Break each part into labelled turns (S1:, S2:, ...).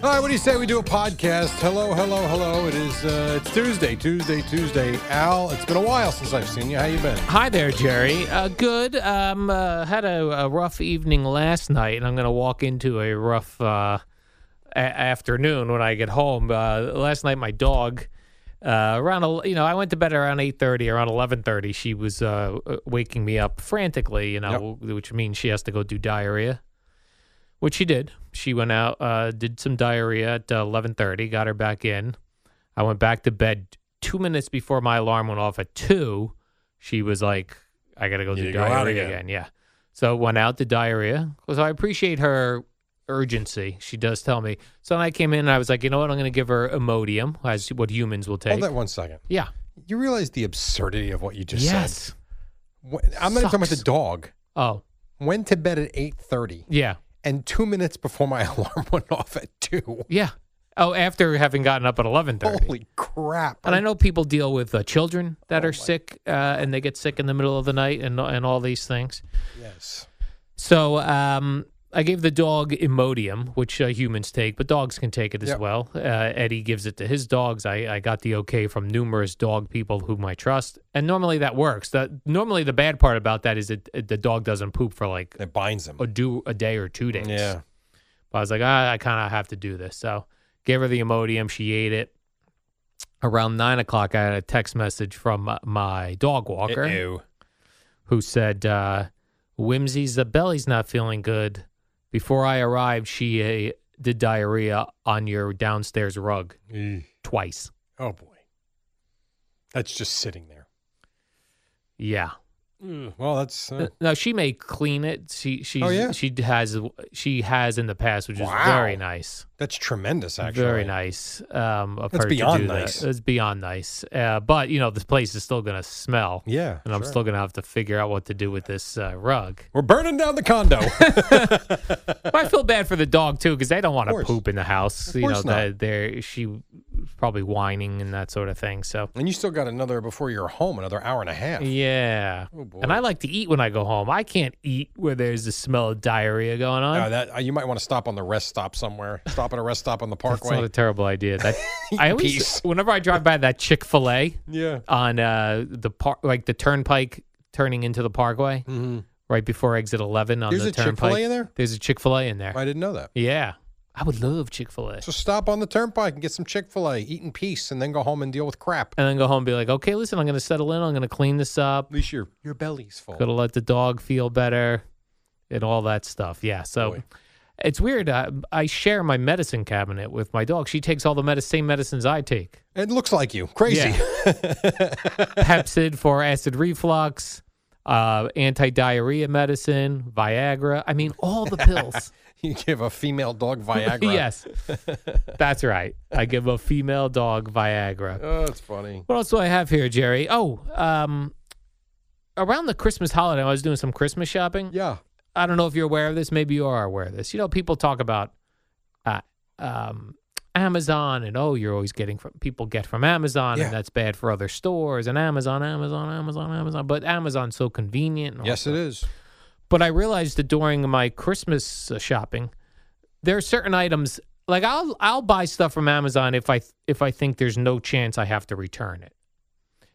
S1: All right, what do you say we do a podcast? Hello, hello, hello. It is uh, it's Tuesday, Tuesday, Tuesday. Al, it's been a while since I've seen you. How you been?
S2: Hi there, Jerry. Uh, good. Um, uh, had a, a rough evening last night, and I'm going to walk into a rough uh, a- afternoon when I get home. Uh, last night, my dog. Uh, around el- you know, I went to bed around eight thirty. Around eleven thirty, she was uh, uh, waking me up frantically. You know, which means she has to go do diarrhea, which she did. She went out, uh, did some diarrhea at uh, eleven thirty, got her back in. I went back to bed two minutes before my alarm went off at two. She was like, I gotta go do
S1: need to go
S2: diarrhea
S1: out
S2: again.
S1: again.
S2: Yeah. So went out to diarrhea. So I appreciate her urgency. She does tell me. So then I came in and I was like, you know what? I'm gonna give her Imodium, as what humans will take.
S1: Hold Oh, that one second.
S2: yeah.
S1: You realize the absurdity of what you just
S2: Yes.
S1: said. When- I'm not even talking about the
S2: Sucks.
S1: dog.
S2: Oh,
S1: Went to bed at eight thirty,
S2: yeah.
S1: and two minutes before my alarm went off at two.
S2: Yeah. Oh, after having gotten up at eleven thirty.
S1: Holy crap!
S2: And I know people deal with uh, children that
S1: Oh
S2: are sick, uh, and they get sick in the middle of the night, and and all these things.
S1: Yes.
S2: So um, I gave the dog Imodium, which uh, humans take, but dogs can take it as
S1: Yep.
S2: well. Uh, Eddie gives it to his dogs. I, I got the okay from numerous dog people whom I trust, and normally that works. That normally the bad part about that is that uh, the dog doesn't poop for like
S1: It binds them.
S2: a do a day or two days.
S1: Yeah.
S2: But I was like, ah, I kind of have to do this. So gave her the Imodium. She ate it. Around nine o'clock, I had a text message from uh, my dog walker
S1: Ew.
S2: who said, uh, Whimsy's the belly's not feeling good. Before I arrived, she uh, did diarrhea on your downstairs rug
S1: Ew.
S2: twice.
S1: Oh boy. That's just sitting there.
S2: Yeah.
S1: Well, that's uh,
S2: No, she may clean it. She she's,
S1: yeah.
S2: she has she has in the past, which is very nice.
S1: that's tremendous. Actually,
S2: Very nice. Um, of
S1: That's
S2: her
S1: beyond
S2: to do that.
S1: nice.
S2: It's beyond nice. Uh, but you know, this place is still gonna smell,
S1: Yeah.
S2: and I'm
S1: sure.
S2: still gonna have to figure out what to do with this uh, rug.
S1: We're burning down the condo.
S2: But I feel bad for the dog too because they don't want to
S1: course.
S2: poop in the house. you know,
S1: course not.
S2: that they're she was probably whining and that sort of thing. So
S1: And you still got another before you're home, another hour and a half.
S2: yeah,
S1: Oh, boy.
S2: and I like to eat when I go home. I can't eat where there's the smell of diarrhea going on.
S1: Uh, that uh, you might want to stop on the rest stop somewhere. Stop at a rest stop on the
S2: That's not
S1: parkway.
S2: a terrible idea. That I always,
S1: Peace.
S2: whenever I drive by that Chick Fil A,
S1: yeah.
S2: on uh, the park, like the turnpike turning into the Parkway, right before exit eleven on
S1: Mm-hmm. There's
S2: the
S1: a
S2: turnpike.
S1: Chick-fil-A in there?
S2: There's a Chick Fil A in there.
S1: I didn't know that.
S2: Yeah, I would love Chick Fil A,
S1: So stop on the turnpike and get some Chick Fil A, eat in peace, and then go home and deal with crap. At
S2: and then go home and be like, okay, listen, I'm gonna settle in. I'm gonna clean this up.
S1: least your your belly's full.
S2: Gonna let the dog feel better, and all that stuff. Yeah, so.
S1: Boy.
S2: It's weird. I, I share my medicine cabinet with my dog. She takes all the medis- same medicines I take.
S1: It looks like you crazy.
S2: Pepsid for acid reflux, uh, anti diarrhea medicine, Viagra. I mean, all the pills.
S1: you give a female dog Viagra.
S2: yes, that's right. I give a female dog Viagra.
S1: Oh, that's funny.
S2: What else do I have here, Jerry? Oh, um, around the Christmas holiday, I was doing some Christmas shopping.
S1: Yeah.
S2: I don't know if you're aware of this. Maybe you are aware of this. You know, people talk about uh, um, Amazon and oh, you're always getting from people get from Amazon
S1: Yeah.
S2: and that's bad for other stores and Amazon, Amazon, Amazon, Amazon. But Amazon's so convenient. and all
S1: Yes,
S2: that.
S1: it is.
S2: But I realized that during my Christmas uh, shopping, there are certain items like I'll I'll buy stuff from Amazon if I if I think there's no chance I have to return it.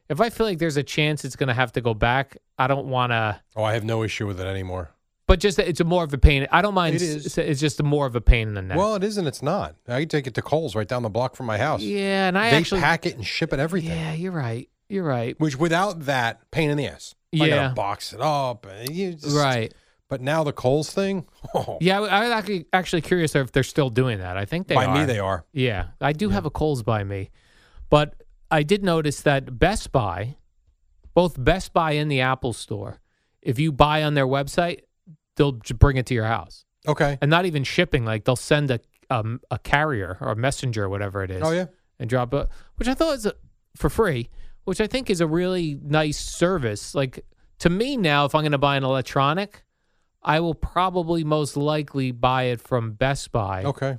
S2: If I feel like there's a chance it's going to have to go back, I don't want to.
S1: Oh, I have no issue with it anymore.
S2: But just that it's a more of a pain. I don't mind.
S1: It
S2: s-
S1: is.
S2: s- It's just a more of a pain than that.
S1: Well, it is and it's not. I can take it to Cole's right down the block from my house.
S2: yeah, and I
S1: they
S2: actually.
S1: pack it and ship it everything.
S2: yeah, you're right. You're right.
S1: Which without that pain in the ass. I
S2: Yeah.
S1: gotta box it up. and You just,
S2: Right.
S1: But now the Coles thing. Oh,
S2: Yeah, I, I'm actually, actually curious if they're still doing that. I think they
S1: by
S2: are.
S1: me they are.
S2: Yeah, I do have a Kohl's by me, but I did notice that Best Buy, both Best Buy and the Apple Store, if you buy on their website, they'll j- bring it to your house,
S1: Okay.
S2: and not even shipping. Like they'll send a um, a carrier or a messenger, whatever it is.
S1: Oh yeah.
S2: and drop it, which I thought is a, for free, which I think is a really nice service. Like to me now, if I'm going to buy an electronic, I will probably most likely buy it from Best Buy
S1: Okay.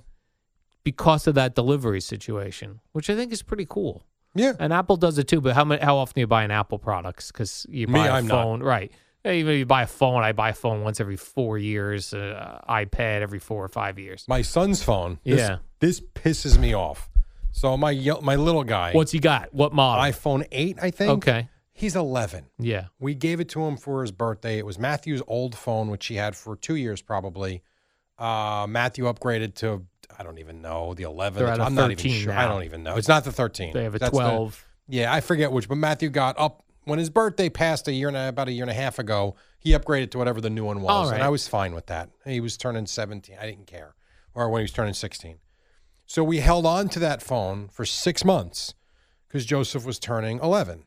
S2: because of that delivery situation, which I think is pretty cool.
S1: Yeah.
S2: And Apple does it too, but how mu- how often do you buy an Apple products? Because you
S1: Me,
S2: buy a
S1: I'm not.
S2: phone, right? Even if you buy a phone, I buy a phone once every four years, uh, iPad every four or five years.
S1: My son's phone. This,
S2: Yeah.
S1: This pisses me off. So my yo- my little guy,
S2: What's he got? What model?
S1: iPhone eight, I think.
S2: okay,
S1: He's eleven.
S2: yeah,
S1: We gave it to him for his birthday. It was Matthew's old phone, which he had for two years probably. Uh, Matthew upgraded to I don't even know the 11.
S2: They're at a
S1: I'm not even
S2: 13
S1: sure. I
S2: now.
S1: don't even know. It's not the 13.
S2: they have a
S1: That's the-
S2: twelve.
S1: yeah, I forget which, but Matthew got up when his birthday passed a year and a, about a year and a half ago. He upgraded to whatever the new one was,
S2: All
S1: and
S2: right.
S1: I was fine with that. He was turning 17. I didn't care, or when he was turning 16. So we held on to that phone for six months because Joseph was turning 11.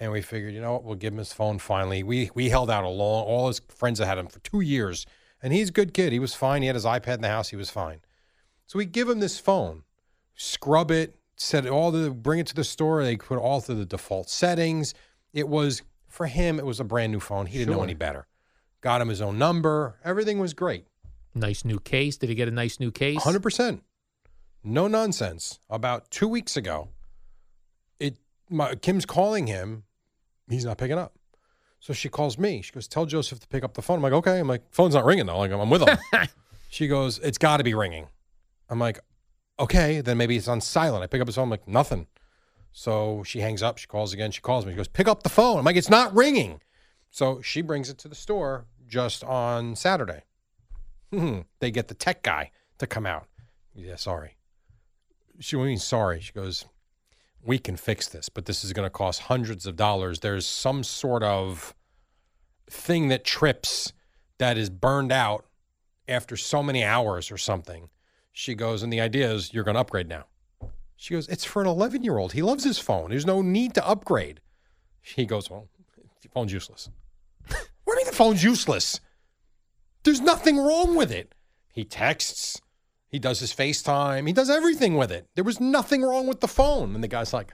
S1: And we figured, you know what, we'll give him his phone finally. We we held out a long, all his friends that had him for two years. And he's a good kid. He was fine. He had his iPad in the house. He was fine. So we give him this phone, scrub it, set it all the bring it to the store. They put all through the default settings. It was for him. It was a brand new phone. He didn't know
S2: Sure.
S1: any better. Got him his own number. Everything was great.
S2: Nice new case. Did he get a nice new case?
S1: Hundred percent. No nonsense. About two weeks ago, it my, Kim's calling him. He's not picking up. So she calls me. She goes, "Tell Joseph to pick up the phone." I'm like, "Okay." I'm like, "Phone's not ringing though." Like, I'm with him. she goes, "It's got to be ringing." I'm like, "Okay." Then maybe it's on silent. I pick up his phone. I'm like, "Nothing." So she hangs up. She calls again. She calls me. She goes, "Pick up the phone." I'm like, "It's not ringing." So she brings it to the store just on Saturday. Hmm. They get the tech guy to come out. Yeah, sorry. She what do you mean sorry. She goes, We can fix this, but this is gonna cost hundreds of dollars. There's some sort of thing that trips that is burned out after so many hours or something. She goes, and the idea is you're gonna upgrade now. She goes, It's for an eleven year old. He loves his phone. There's no need to upgrade. He goes, Well, the phone's useless. what do you mean the phone's useless? There's nothing wrong with it. He texts. He does his FaceTime. He does everything with it. There was nothing wrong with the phone. And the guy's like,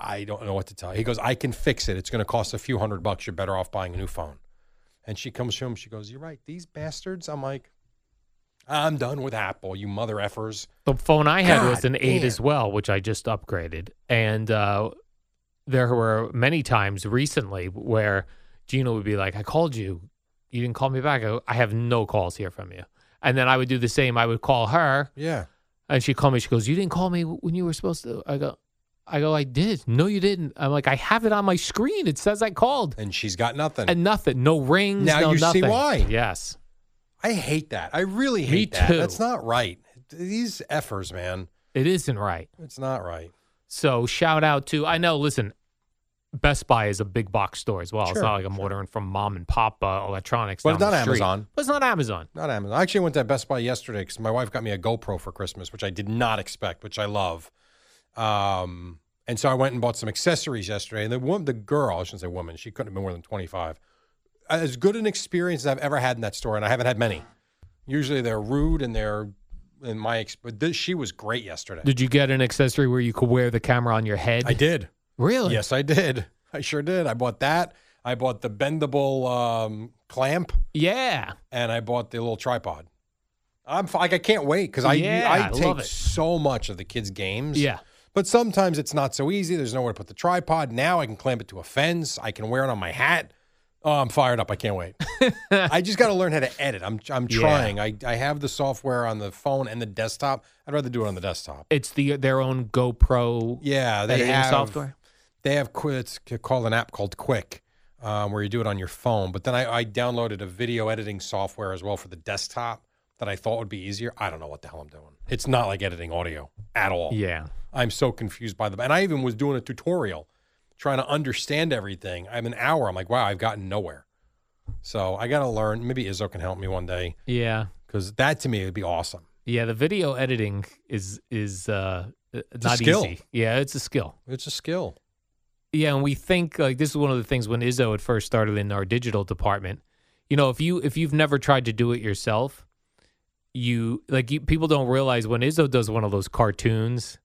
S1: I don't know what to tell you. He goes, I can fix it. It's going to cost a few hundred bucks. You're better off buying a new phone. And she comes to him. She goes, You're right. These bastards. I'm like, I'm done with Apple, you mother effers.
S2: The phone I had was
S1: God
S2: an eight
S1: damn.
S2: as well, which I just upgraded. And uh, there were many times recently where Gina would be like, "I called you, you didn't call me back. Oh, I, I have no calls here from you." And then I would do the same. I would call her,
S1: Yeah.
S2: and she called me. She goes, "You didn't call me when you were supposed to." I go, "I go, I did. No, you didn't." I'm like, "I have it on my screen. It says I called."
S1: And she's got nothing.
S2: And nothing, no rings.
S1: Now
S2: no
S1: you see
S2: nothing.
S1: why.
S2: Yes.
S1: I hate that. I really
S2: Me
S1: hate that.
S2: too.
S1: That's not right. These effers, man.
S2: It isn't right.
S1: It's not right.
S2: So shout out to I know. Listen, Best Buy is a big box store as well. It's
S1: Sure,
S2: not like I'm ordering from mom and pop uh, electronics.
S1: But
S2: down
S1: it's not
S2: the street.
S1: Amazon.
S2: But it's not Amazon.
S1: Not Amazon. I actually went to Best Buy yesterday because my wife got me a GoPro for Christmas, which I did not expect, which I love. Um, and so I went and bought some accessories yesterday. And the woman, the girl, I shouldn't say woman, she couldn't have been more than 25. As good an experience as I've ever had in that store, and I haven't had many. Usually they're rude and they're, in my, ex- but this, she was great yesterday.
S2: Did you get an accessory where you could wear the camera on your head?
S1: I did.
S2: Really?
S1: Yes, I did. I sure did. I bought that. I bought the bendable um, clamp.
S2: Yeah.
S1: and I bought the little tripod. I'm f- like I can't wait because I
S2: Yeah,
S1: I
S2: I love
S1: take
S2: it.
S1: so much of the kids' games.
S2: Yeah.
S1: but sometimes it's not so easy. There's nowhere to put the tripod. Now I can clamp it to a fence. I can wear it on my hat. Oh, I'm fired up. I can't wait. I just got to learn how to edit. I'm I'm
S2: Yeah.
S1: trying. I I have the software on the phone and the desktop. I'd rather do it on the desktop.
S2: It's the their own GoPro
S1: Yeah, they
S2: editing
S1: have
S2: software.
S1: they have qu- it's c- called an app called Quick, um, where you do it on your phone. But then I, I downloaded a video editing software as well for the desktop that I thought would be easier. I don't know what the hell I'm doing. It's not like editing audio at all.
S2: Yeah.
S1: I'm so confused by them. And I even was doing a tutorial trying to understand everything. I'm an hour. I'm like, wow, I've gotten nowhere. So I got to learn. Maybe Izzo can help me one day
S2: Yeah.
S1: because that to me would be awesome.
S2: Yeah, the video editing is is uh
S1: a
S2: not
S1: skill.
S2: easy. Yeah, it's a skill.
S1: It's a skill.
S2: Yeah, and we think like this is one of the things when Izzo had first started in our digital department. You know, if you if you've never tried to do it yourself, you like you, people don't realize when Izzo does one of those cartoons,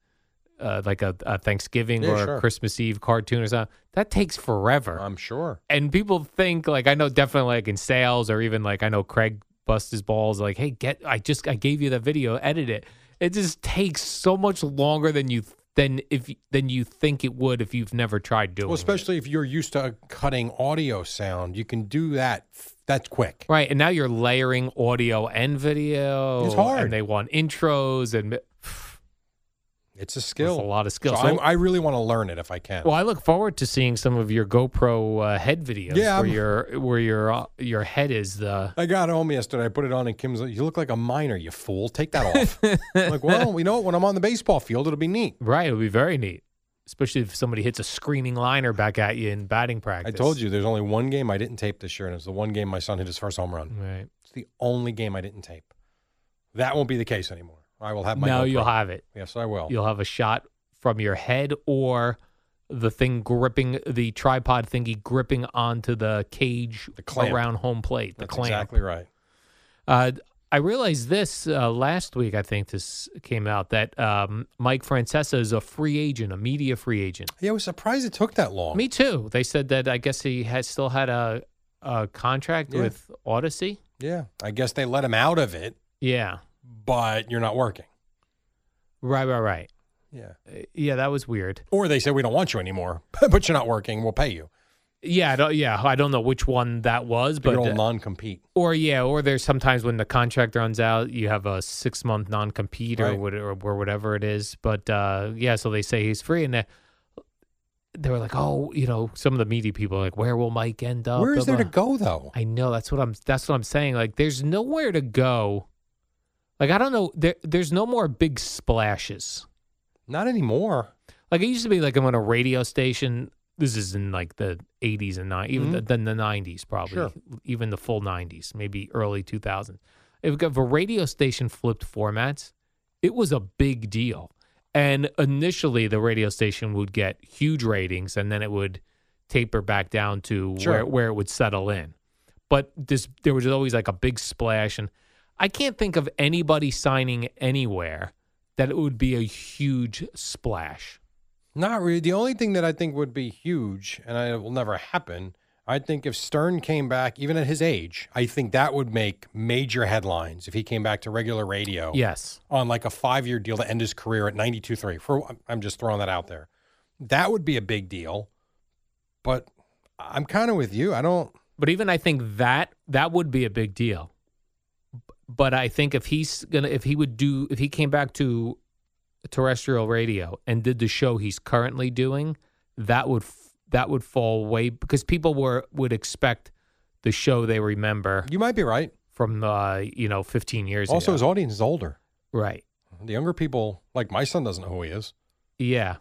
S2: uh, like a, a Thanksgiving
S1: Yeah,
S2: or
S1: sure.
S2: a Christmas Eve cartoon or something, that takes forever
S1: I'm sure.
S2: and people think like I know definitely like in sales or even like I know Craig busts his balls like hey get I just I gave you the video edit it it just takes so much longer than you than if than you think it would if you've never tried doing
S1: Well, especially if you're used to cutting audio sound, you can do that. That's quick.
S2: it. right and now you're layering audio and video
S1: It's hard.
S2: and they want intros and it's
S1: It's a
S2: a
S1: skill.
S2: lot of skill
S1: So
S2: So-
S1: I'm- I really want to learn it if I can.
S2: well I look forward to seeing some of your GoPro uh, head videos
S1: Yeah,
S2: where
S1: I'm-
S2: your where your uh, your head is uh, the
S1: I got home yesterday. I put it on, and Kim's like, "You look like a minor, you fool. Take that off." I'm like, well, you know, what? when I'm on the baseball field, it'll be neat.
S2: Right, it would be very neat, especially if somebody hits a screaming liner back at you in batting
S1: I
S2: practice.
S1: told you, there's only one game I didn't tape this year, and it's the one game my son hit his first home run.
S2: Right.
S1: It's the only game I didn't tape. That won't be the case anymore. I will have my.
S2: no,
S1: GoPro.
S2: you'll have it.
S1: Yes, I will.
S2: You'll have a shot from your head or the thing gripping the tripod thingy gripping onto the cage
S1: The clamp.
S2: around home plate. The
S1: That's
S2: clamp.
S1: exactly right.
S2: Uh, I realized this uh, last week. I think this came out that um, Mike Francesa is a free agent, a media free agent.
S1: Yeah, I was surprised it took that long.
S2: Me too. They said that I guess he has still had a, a contract
S1: Yeah.
S2: with Odyssey.
S1: Yeah, I guess they let him out of it,
S2: Yeah.
S1: but you're not working.
S2: Right, right, right.
S1: Yeah.
S2: Yeah, that was weird.
S1: Or they say we don't want you anymore, but you're not working. We'll pay you.
S2: Yeah, I don't, yeah, I don't know which one that was,
S1: But
S2: but uh,
S1: you'll non-compete.
S2: or yeah, or there's sometimes when the contract runs out, you have a six month non compete or,
S1: Right.
S2: what- or or whatever it is. But uh, yeah, so they say he's free, and they, they were like, oh, you know, some of the media people are like, where will Mike end up?
S1: Where is
S2: Blah,
S1: there to
S2: blah.
S1: go though?
S2: I know that's what I'm that's what I'm saying. Like, there's nowhere to go. Like, I don't know. There, there's no more big splashes.
S1: Not anymore.
S2: Like it used to be like I'm on a radio station. This is in like the 80s and 90s, even the, then the 90s probably,
S1: Mm-hmm. Sure.
S2: even the full 90s, maybe early 2000s. If if a radio station flipped formats, it was a big deal. And initially, the radio station would get huge ratings, and then it would taper back down to
S1: Sure.
S2: where, where it would settle in. But this, there was always like a big splash, and I can't think of anybody signing anywhere that it would be a huge splash.
S1: Not really. The only thing that I think would be huge, and I, it will never happen, I think if Stern came back, even at his age, I think that would make major headlines if he came back to regular radio
S2: Yes.
S1: on like a five year deal to end his career at 92.3. For, I'm just throwing that out there. That would be a big deal. But I'm kind of with you. I don't.
S2: But even I think that that would be a big deal. B- But I think if he's gonna if he would do if he came back to terrestrial radio and did the show he's currently doing, that would f- that would fall way because people were would expect the show they remember
S1: You might be right.
S2: from uh, you know 15 years
S1: Also, his
S2: ago.
S1: audience is older.
S2: right.
S1: The younger people, like my son, doesn't know who he is.
S2: Yeah.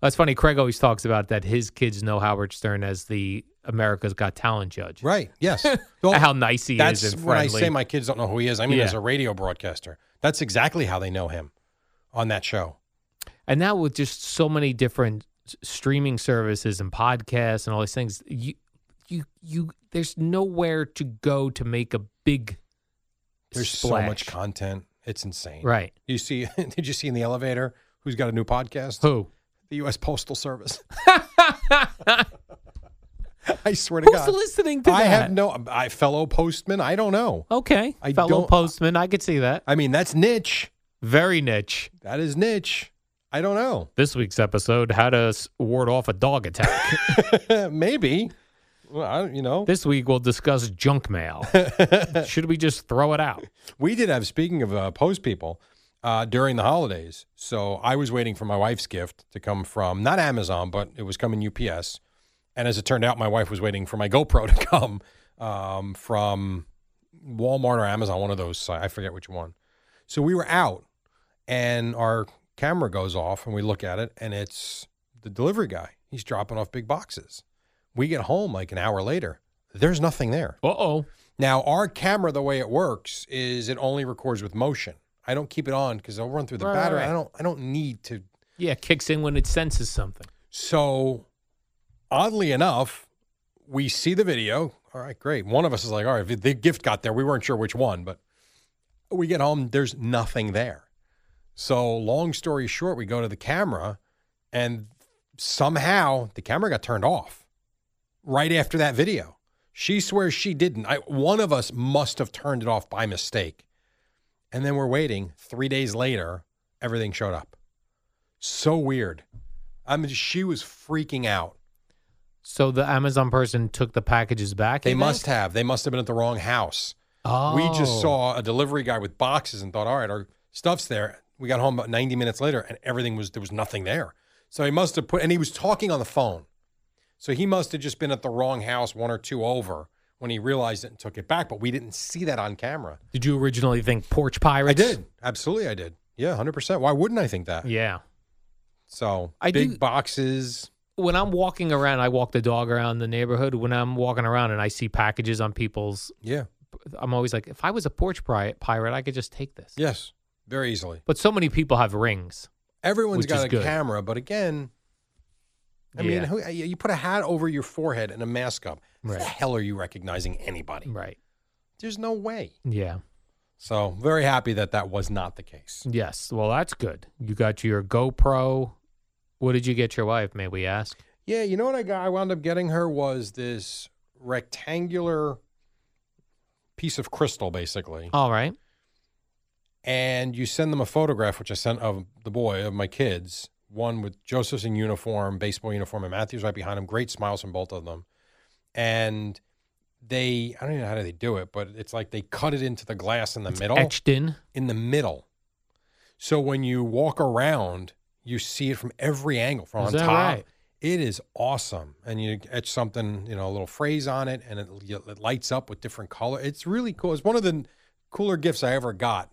S2: That's funny. Craig always talks about that his kids know Howard Stern as the America's Got Talent judge.
S1: Right. Yes. Well,
S2: How nice he
S1: That's
S2: is and
S1: when I
S2: friendly.
S1: say my kids don't know who he is. I mean,
S2: Yeah.
S1: as a radio broadcaster, that's exactly how they know him on that show.
S2: and now with just so many different s- streaming services and podcasts and all these things you you you there's nowhere to go to make a big
S1: There's
S2: splash.
S1: so much content; it's insane.
S2: right
S1: You see? Did you see in the elevator who's got a new podcast?
S2: who
S1: The U.S. Postal Service. I swear to
S2: who's
S1: God,
S2: listening to
S1: I
S2: that
S1: have no I, fellow postman. I don't know.
S2: okay
S1: I
S2: fellow
S1: don't-
S2: postman i could see that
S1: I mean, that's niche.
S2: very niche
S1: That is niche. I don't know.
S2: this week's episode how to s- ward off a dog attack
S1: Maybe. Well, I, don't- you know,
S2: this week we'll discuss junk mail should we just throw it out
S1: We did have, speaking of uh, post people, uh, during the holidays. So I was waiting for my wife's gift to come from, not Amazon, but it was coming UPS. And as it turned out, my wife was waiting for my GoPro to come um, from Walmart or Amazon, one of those. si- I forget which one. So we were out and our camera goes off and we look at it and it's the delivery guy. He He's dropping off big boxes. We get home like an hour later. There's nothing there.
S2: Uh oh.
S1: Now, our camera, the way it works, is it only records with motion. I don't keep it on because I'll run through the
S2: Right, right,
S1: battery.
S2: right.
S1: I don't. I don't need to.
S2: Yeah, kicks in when it senses something.
S1: So, oddly enough, we see the video. All right, great. One of us is like, all right, the- the gift got there. We weren't sure which one, but we get home. There's nothing there. So, long story short, we go to the camera, and somehow the camera got turned off right after that video. She swears she didn't. I, one of us must have turned it off by mistake. And then we're waiting. Three days later, everything showed up. So weird. I mean, she was freaking out.
S2: So the Amazon person took the packages back.
S1: They
S2: you
S1: must
S2: think?
S1: have. They must have been at the wrong house.
S2: Oh.
S1: We just saw a delivery guy with boxes and thought, all right, our stuff's there. We got home about 90 minutes later and everything was, there was nothing there. So he must have put, and he was talking on the phone. So he must have just been at the wrong house one or two over when he realized it and took it back. But we didn't see that on camera.
S2: Did you originally think porch pirates?
S1: I did. Absolutely, I did. Yeah, 100%. Why wouldn't I think that?
S2: Yeah.
S1: So
S2: I
S1: big
S2: do-
S1: boxes.
S2: When I'm walking around, I walk the dog around the neighborhood. When I'm walking around and I see packages on people's,
S1: Yeah.
S2: I'm always like, if I was a porch pri- pirate, I could just take this.
S1: Yes. Very easily.
S2: But so many people have rings.
S1: Everyone's
S2: Which is
S1: got a
S2: good.
S1: camera, but again, I mean,
S2: Yeah.
S1: who, you you put a hat over your forehead and a mask up. How
S2: Right.
S1: the hell are you recognizing anybody?
S2: Right.
S1: There's no way.
S2: Yeah.
S1: So very happy that that was not the case.
S2: Yes. Well, that's good. You got your GoPro. What did you get your wife? May we ask?
S1: Yeah, you know what I got? I wound up getting her was this rectangular piece of crystal, basically.
S2: All right.
S1: and you send them a photograph, which I sent of the boy, of my kids, one with Joseph's in uniform, baseball uniform, and Matthew's right behind him. Great smiles from both of them. And they, I don't even know how they do it, but it's like they cut it into the glass in the middle.
S2: Etched in.
S1: In the middle. So when you walk around, you see it from every angle, from
S2: Is
S1: on
S2: that
S1: top.
S2: right?
S1: It is awesome. And you etch something, you know, a little phrase on it, and it, it lights up with different color. It's really cool. It's one of the cooler gifts I ever got.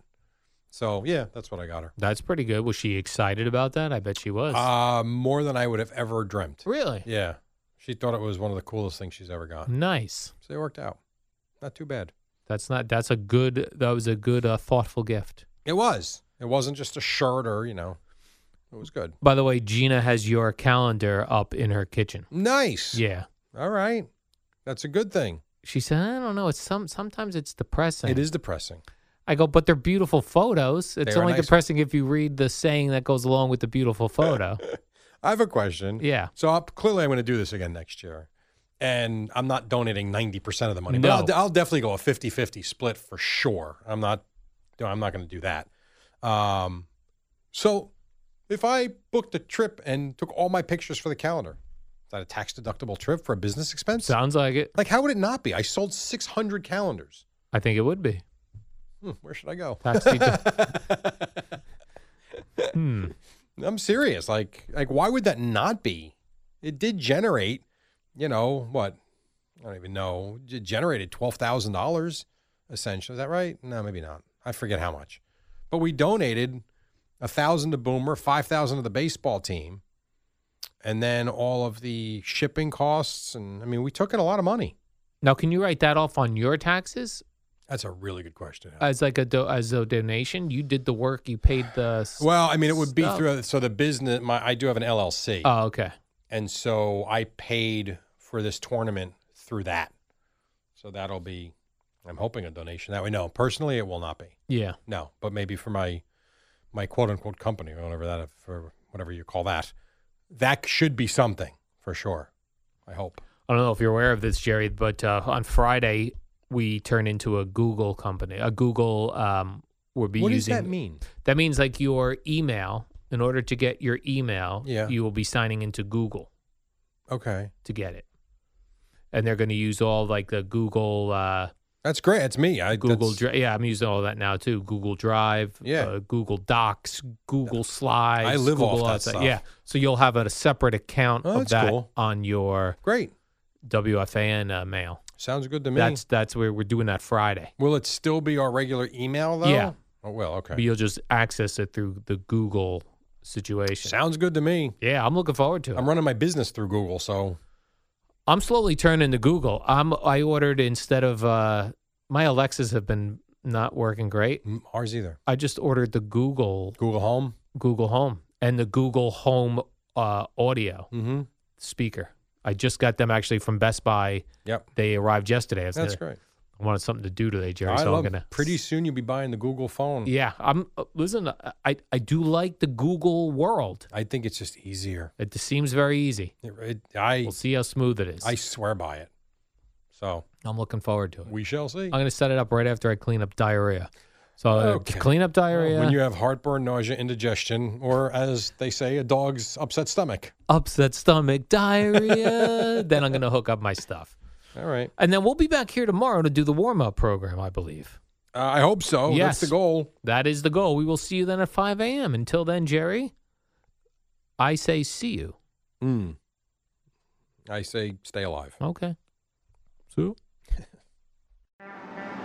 S1: So, yeah, that's what I got her.
S2: That's pretty good. Was she excited about that? I bet she was.
S1: Uh, more than I would have ever dreamt.
S2: really?
S1: Yeah. She thought it was one of the coolest things she's ever gotten.
S2: Nice.
S1: So it worked out. Not too bad.
S2: That's not. That's a good. That was a good, uh, thoughtful gift.
S1: It was. It wasn't just a shirt or, you know, it was good.
S2: By the way, Gina has your calendar up in her kitchen.
S1: Nice.
S2: Yeah.
S1: All right. That's a good thing.
S2: She said, I don't know. It's some. Sometimes it's depressing.
S1: It is depressing.
S2: I go, but they're beautiful photos. It's
S1: They are
S2: only
S1: nice.
S2: depressing if you read the saying that goes along with the beautiful photo.
S1: I have a question.
S2: Yeah.
S1: So I'll, clearly, I'm going to do this again next year. And I'm not donating 90% of the money, but
S2: No.
S1: I'll, I'll definitely go a 50 50 split for sure. I'm not, no, I'm not going to do that. Um, so if I booked a trip and took all my pictures for the calendar, is that a tax deductible trip for a business expense?
S2: Sounds like it.
S1: like, how would it not be? I sold 600 calendars.
S2: I think it would be.
S1: Hmm, where should I go?
S2: Tax dedu- hmm.
S1: I'm serious. Like, like why would that not be? It did generate, you know, what? I don't even know. It generated twelve thousand dollars, essentially. Is that right? No, maybe not. I forget how much. But we donated a thousand to Boomer, five thousand to the baseball team, and then all of the shipping costs. And I mean, we took in a lot of money.
S2: Now, can you write that off on your taxes
S1: That's a really good question.
S2: as like a do- as a donation? You did the work. You paid the. s-
S1: well, I mean, it would be
S2: Stuff.
S1: through. So the business, my I do have an LLC.
S2: Oh, okay.
S1: and so I paid for this tournament through that. So that'll be, I'm hoping a donation that way. No, personally, it will not be.
S2: Yeah.
S1: No, but maybe for my, my quote unquote company, or whatever that, for whatever you call that, that should be something for sure. I hope.
S2: I don't know if you're aware of this, Jerry, but uh, on Friday we turn into a Google company. A Google um, will be
S1: what
S2: using.
S1: does that mean?
S2: That means like your email. In order to get your email,
S1: Yeah.
S2: you will be signing into Google
S1: Okay,
S2: to get it, and they're going to use all like the Google. Uh,
S1: that's great. That's me. I
S2: Google
S1: that's-
S2: Drive. Yeah, I'm using all that now too. Google Drive,
S1: Yeah.
S2: uh, Google Docs, Google Slides.
S1: I live
S2: Google
S1: off that
S2: outside-
S1: stuff.
S2: Yeah, so you'll have a separate account
S1: Oh,
S2: of
S1: that's
S2: that
S1: cool.
S2: on your
S1: Great.
S2: WFAN uh, mail.
S1: Sounds good to me.
S2: That's that's where we're doing that Friday.
S1: will it still be our regular email though?
S2: Yeah.
S1: Oh well. Okay.
S2: But you'll just access it through the Google situation.
S1: Sounds good to me.
S2: yeah, I'm looking forward to it.
S1: I'm
S2: I'm,
S1: running my business through Google, so
S2: slowly turning to Google. I'm I ordered instead of uh, my Alexas have been not working great.
S1: mm, ours either.
S2: I just ordered the Google
S1: Google Home.
S2: Google Home and the Google Home uh, audio
S1: Mm-hmm.
S2: speaker. I just got them actually from Best Buy.
S1: Yep.
S2: They arrived yesterday. I was
S1: That's
S2: gonna-
S1: great.
S2: I wanted something to do today, Jerry.
S1: I
S2: so
S1: love
S2: I'm gonna
S1: pretty soon you'll be buying the Google phone.
S2: Yeah, I'm. uh, Listen, I- I I do like the Google world.
S1: I think it's just easier.
S2: It just seems very easy.
S1: It- it- I
S2: We'll see how smooth it is.
S1: I
S2: I,
S1: swear by it. So
S2: am looking forward to it.
S1: we shall see.
S2: I'm going to set it up right after I clean up diarrhea. So uh,
S1: Okay.
S2: clean up diarrhea,
S1: When you have heartburn, nausea, indigestion, or as they say, a dog's upset stomach.
S2: upset stomach, diarrhea. then I'm going to hook up my stuff,
S1: All right.
S2: and then we'll be back here tomorrow to do the warm up program. I believe
S1: Uh, I hope so.
S2: Yes.
S1: That's the goal.
S2: that is the goal. We will see you then at 5 a.m. Until then, Jerry, I say see you.
S1: Mm. I say stay alive.
S2: Okay. So.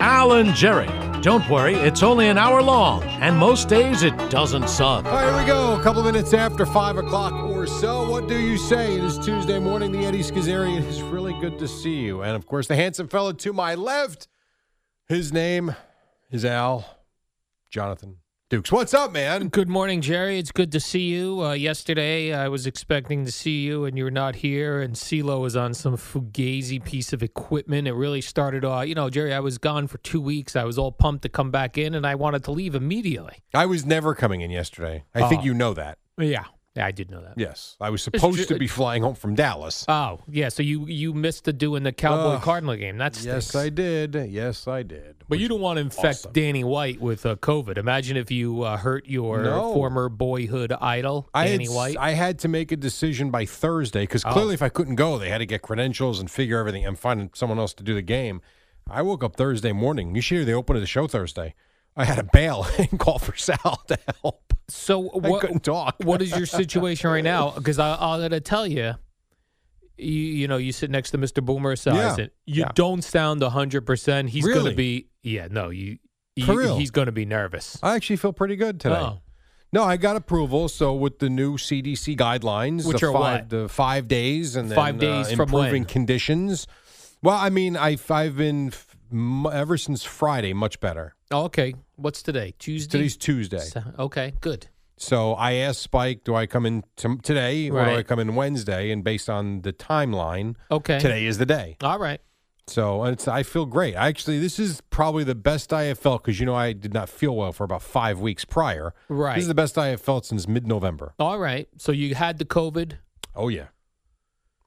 S3: Alan Jerry. Don't worry, it's only an hour long, and most days it doesn't suck.
S1: All right, here we go. A couple minutes after five o'clock or so. What do you say? It is Tuesday morning. The Eddie Schizzerian is really good to see you. And of course, the handsome fellow to my left. His name is Al Jonathan Dukes. What's up, man?
S2: Good morning, Jerry. It's good to see you. Uh, yesterday, I was expecting to see you, and you were not here. And CeeLo was on some fugazi piece of equipment. It really started off, you know, Jerry. I was gone for two weeks. I was all pumped to come back in, and I wanted to leave immediately.
S1: I was never coming in yesterday. I think
S2: Oh.
S1: you know that.
S2: Yeah, yeah, I did know that.
S1: Ah. Yes. I was supposed to be flying home from Dallas.
S2: Oh, yeah. So you you missed the doing the Cowboy
S1: Ugh.
S2: Cardinal game. That's
S1: Yes, I did. Yes, I did.
S2: But you don't want to infect
S1: awesome.
S2: Danny White with uh, COVID. Imagine if you uh, hurt your
S1: No.
S2: former boyhood idol,
S1: I
S2: Danny
S1: had,
S2: White. Oh.
S1: I had to make a decision by Thursday because clearly, if I couldn't go, they had to get credentials and figure everything and find someone else to do the game. I woke up Thursday morning. You should hear they opened the show Thursday. I had to bail and call for Sal to help.
S2: so
S1: I
S2: what?
S1: couldn't talk.
S2: what is your situation right now? Because I'm gonna tell you, you, you know, you sit next to Mr. Boomer size,
S1: Yeah,
S2: and you
S1: yeah.
S2: don't sound 100. percent He's
S1: Really?
S2: gonna be, yeah, no, you, you-
S1: For real?
S2: he's gonna be nervous.
S1: I actually feel pretty good today.
S2: Oh.
S1: No, I got approval. So with the new CDC guidelines,
S2: Which
S1: the
S2: are
S1: five,
S2: what?
S1: The five days and then,
S2: Five
S1: uh,
S2: days from
S1: improving
S2: when?
S1: conditions. Well, I mean, I've I've been f- m- ever since Friday much better.
S2: Okay, what's today? Tuesday.
S1: Today's Tuesday.
S2: So- Okay, good.
S1: So I asked Spike, do I come in t- today or do I
S2: Right.
S1: come in Wednesday? And based on the timeline,
S2: Okay,
S1: today is the day.
S2: All right.
S1: So and it's, I feel great. I actually, this is probably the best I have felt because, you know, I did not feel well for about five weeks prior.
S2: Right.
S1: This is the best I have felt since mid November.
S2: All right. So you had the COVID.
S1: Oh, yeah.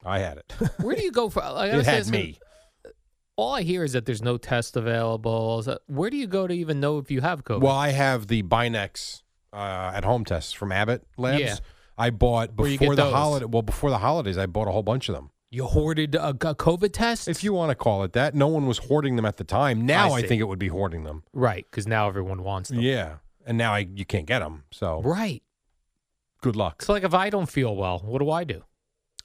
S1: I had it.
S2: Where do you go for? I gotta
S1: it
S2: say
S1: had
S2: this-
S1: me.
S2: All I hear is that there's no test available. So Where do you go to even know if you have COVID?
S1: Well, I have the Binex uh, at home tests from Abbott Labs.
S2: Yeah.
S1: I bought
S2: Where you get
S1: before the
S2: those?
S1: holiday. Well, before the holidays, I bought a whole bunch of them.
S2: you hoarded a, a COVID test.
S1: If you want to call it that, no one was hoarding them at the time. Now I,
S2: see.
S1: think it would be hoarding them.
S2: right, because now everyone wants them.
S1: Yeah, and now I, you can't get them. So
S2: Right.
S1: good luck.
S2: It's like if I don't feel well, what do I do?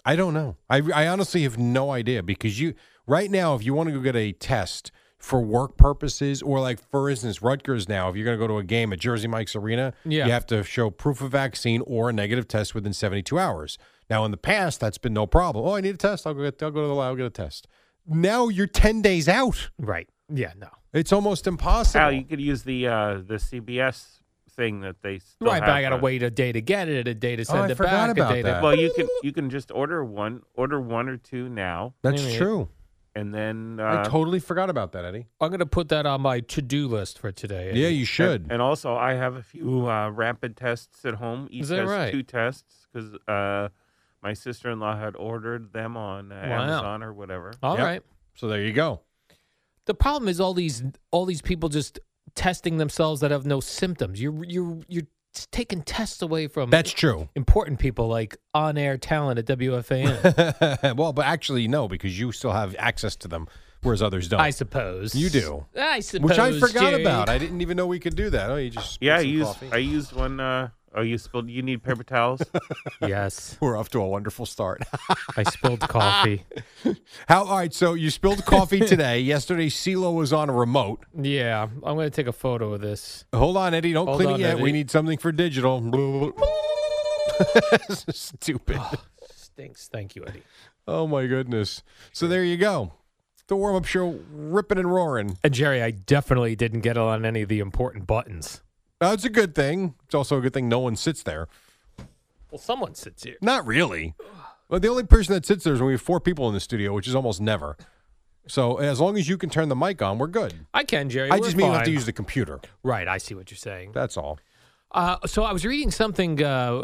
S1: I don't know. I, I honestly have no idea because you right now, if you want to go get a test for work purposes or like for instance Rutgers now, if you're going to go to a game at Jersey Mike's Arena,
S2: Yeah.
S1: you have to show proof of vaccine or a negative test within 72 hours. Now in the past, that's been no problem. Oh, I need a test. I'll go get. I'll go to the lab. I'll get a test. Now you're 10 days out.
S2: Right. Yeah, no.
S1: It's almost impossible.
S4: Al, you could use the uh, the CBS thing that they still
S2: right, but I
S4: have,
S2: got to
S4: uh,
S2: wait a day to get it, a day to send
S1: Oh, I
S2: it
S1: forgot
S2: back,
S1: about
S2: a day
S1: that.
S2: to.
S4: Well, you can you can just order one, order one or two now,
S1: that's
S2: Anyway,
S1: true.
S4: and then uh,
S1: I totally forgot about that, Eddie.
S2: I'm going to put that on my to-do list for today. eh?
S1: Yeah, you
S4: and-
S1: should.
S4: And, also, I have a few uh, rapid tests at home. Each
S2: Is that
S4: has
S2: right?
S4: two tests because uh, my sister in law had ordered them on uh,
S2: Wow.
S4: Amazon or whatever.
S2: All right.
S1: Yep. So there you go.
S2: the problem is all these all these people just testing themselves that have no symptoms. You're you're you're taking tests away from
S1: That's true.
S2: important people like on air talent at WFAN.
S1: well, but actually, no, because you still have access to them, whereas others don't.
S2: I suppose
S1: You do.
S2: I suppose,
S1: Which I forgot
S2: Jerry.
S1: about. I didn't even know we could do that. Oh, you just
S4: Yeah, I
S1: spilled some
S4: used
S1: coffee.
S4: I used one. Uh, oh, you spilled. You need paper towels.
S2: Yes,
S1: We're off to a wonderful start.
S2: I spilled coffee.
S1: How? All right. So you spilled coffee today. Yesterday, CeeLo was on a remote.
S2: yeah, I'm going to take a photo of this.
S1: Hold on, Eddie. Don't
S2: Hold
S1: clean
S2: on,
S1: it yet. We
S2: Eddie.
S1: need something for digital. Stupid.
S2: Stinks. Thank you, Eddie.
S1: Oh my goodness. So there you go. The warm up show, ripping and roaring.
S2: And Jerry, I definitely didn't get on any of the important buttons.
S1: That's a good thing. It's also a good thing no one sits there.
S2: Well, someone sits here.
S1: Not really. Well, the only person that sits there is when we have four people in the studio, which is almost never. So as long as you can turn the mic on, we're good.
S2: I can, Jerry.
S1: I
S2: We're
S1: just mean we have to
S2: fine.
S1: use the computer.
S2: Right, I see what you're saying.
S1: That's all.
S2: Uh, so I was reading something uh,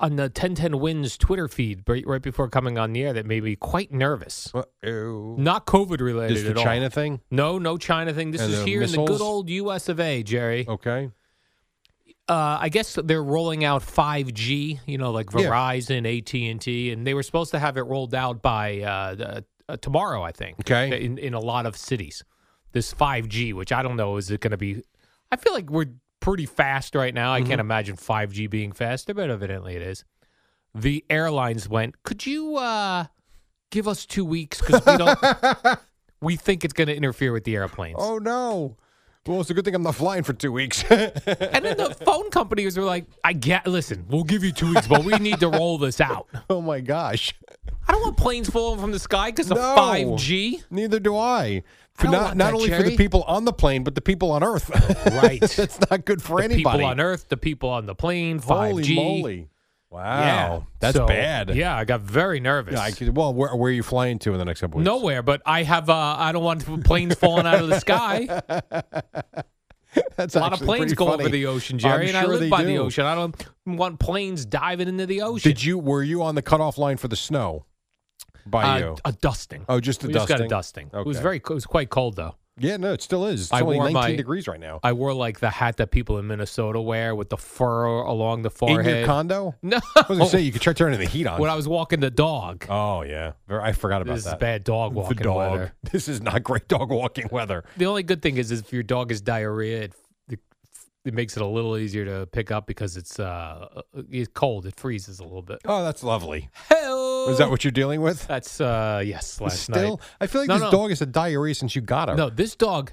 S2: on the 1010 Wins Twitter feed right, right before coming on the air that made me quite nervous.
S1: Uh-oh.
S2: Not COVID related
S1: This the
S2: at all.
S1: China thing.
S2: No, no China thing. This
S1: And
S2: is
S1: the
S2: here in the
S1: missiles?
S2: good old U.S. of A. Jerry.
S1: Okay.
S2: Uh, I guess they're rolling out 5G. You know, like
S1: Yeah.
S2: Verizon, AT and T, and they were supposed to have it rolled out by uh, the, uh, tomorrow, I think.
S1: Okay.
S2: In in a lot of cities, this 5G, which I don't know, is it going to be? I feel like we're pretty fast right now. I
S1: Mm-hmm.
S2: can't imagine 5G being faster, but evidently it is. The airlines went. Could you uh, give us two weeks because we don't. We think it's going to interfere with the airplanes.
S1: Oh no. Well, it's a good thing I'm not flying for two weeks.
S2: And then the phone companies were like, I get, listen, we'll give you two weeks, but we need to roll this out.
S1: oh my gosh.
S2: I don't want planes falling from the sky because of
S1: No.
S2: 5G.
S1: Neither do I. For
S2: don't
S1: not
S2: want
S1: not
S2: that,
S1: only for
S2: Jerry.
S1: the people on the plane, but the people on Earth.
S2: Right.
S1: That's not good for
S2: the
S1: anybody.
S2: people on Earth, the people on the plane, 5G.
S1: Holy moly. Wow.
S2: Yeah.
S1: That's
S2: So,
S1: bad.
S2: Yeah, I got very nervous.
S1: Yeah, I could- well, where, where are you flying to in the next couple weeks?
S2: Nowhere, but I have. Uh, I don't want planes falling out of the sky.
S1: That's
S2: A lot of planes go over the ocean, Jerry, and I live by the ocean. I don't want planes diving into the ocean.
S1: Did you were you on the cutoff line for the snow? By
S2: Uh,
S1: you?
S2: a dusting.
S1: Oh, just a
S2: we
S1: dusting.
S2: just got a dusting. It was
S1: Okay.
S2: very. co- It was quite cold though.
S1: yeah, no, it still is. It's
S2: I
S1: only
S2: wore
S1: 19
S2: my-
S1: degrees right now.
S2: I wore like the hat that people in Minnesota wear with the fur along the
S1: in
S2: forehead.
S1: your condo?
S2: no.
S1: I was gonna say you could try turning the heat on.
S2: when I was walking the dog.
S1: oh yeah, Ver- I forgot about
S2: this is
S1: that.
S2: bad dog
S1: the
S2: walking
S1: dog.
S2: weather.
S1: This is not great dog walking weather.
S2: The only good thing is if your dog is diarrhea, it, it, it makes it a little easier to pick up because it's uh it's cold. It freezes a little bit.
S1: Oh, that's lovely.
S2: Hello.
S1: Is that what you're dealing with?
S2: That's uh yes. Last
S1: Still,
S2: night.
S1: I feel like
S2: No,
S1: this
S2: no.
S1: dog has had diarrhea since you got her.
S2: No, this dog.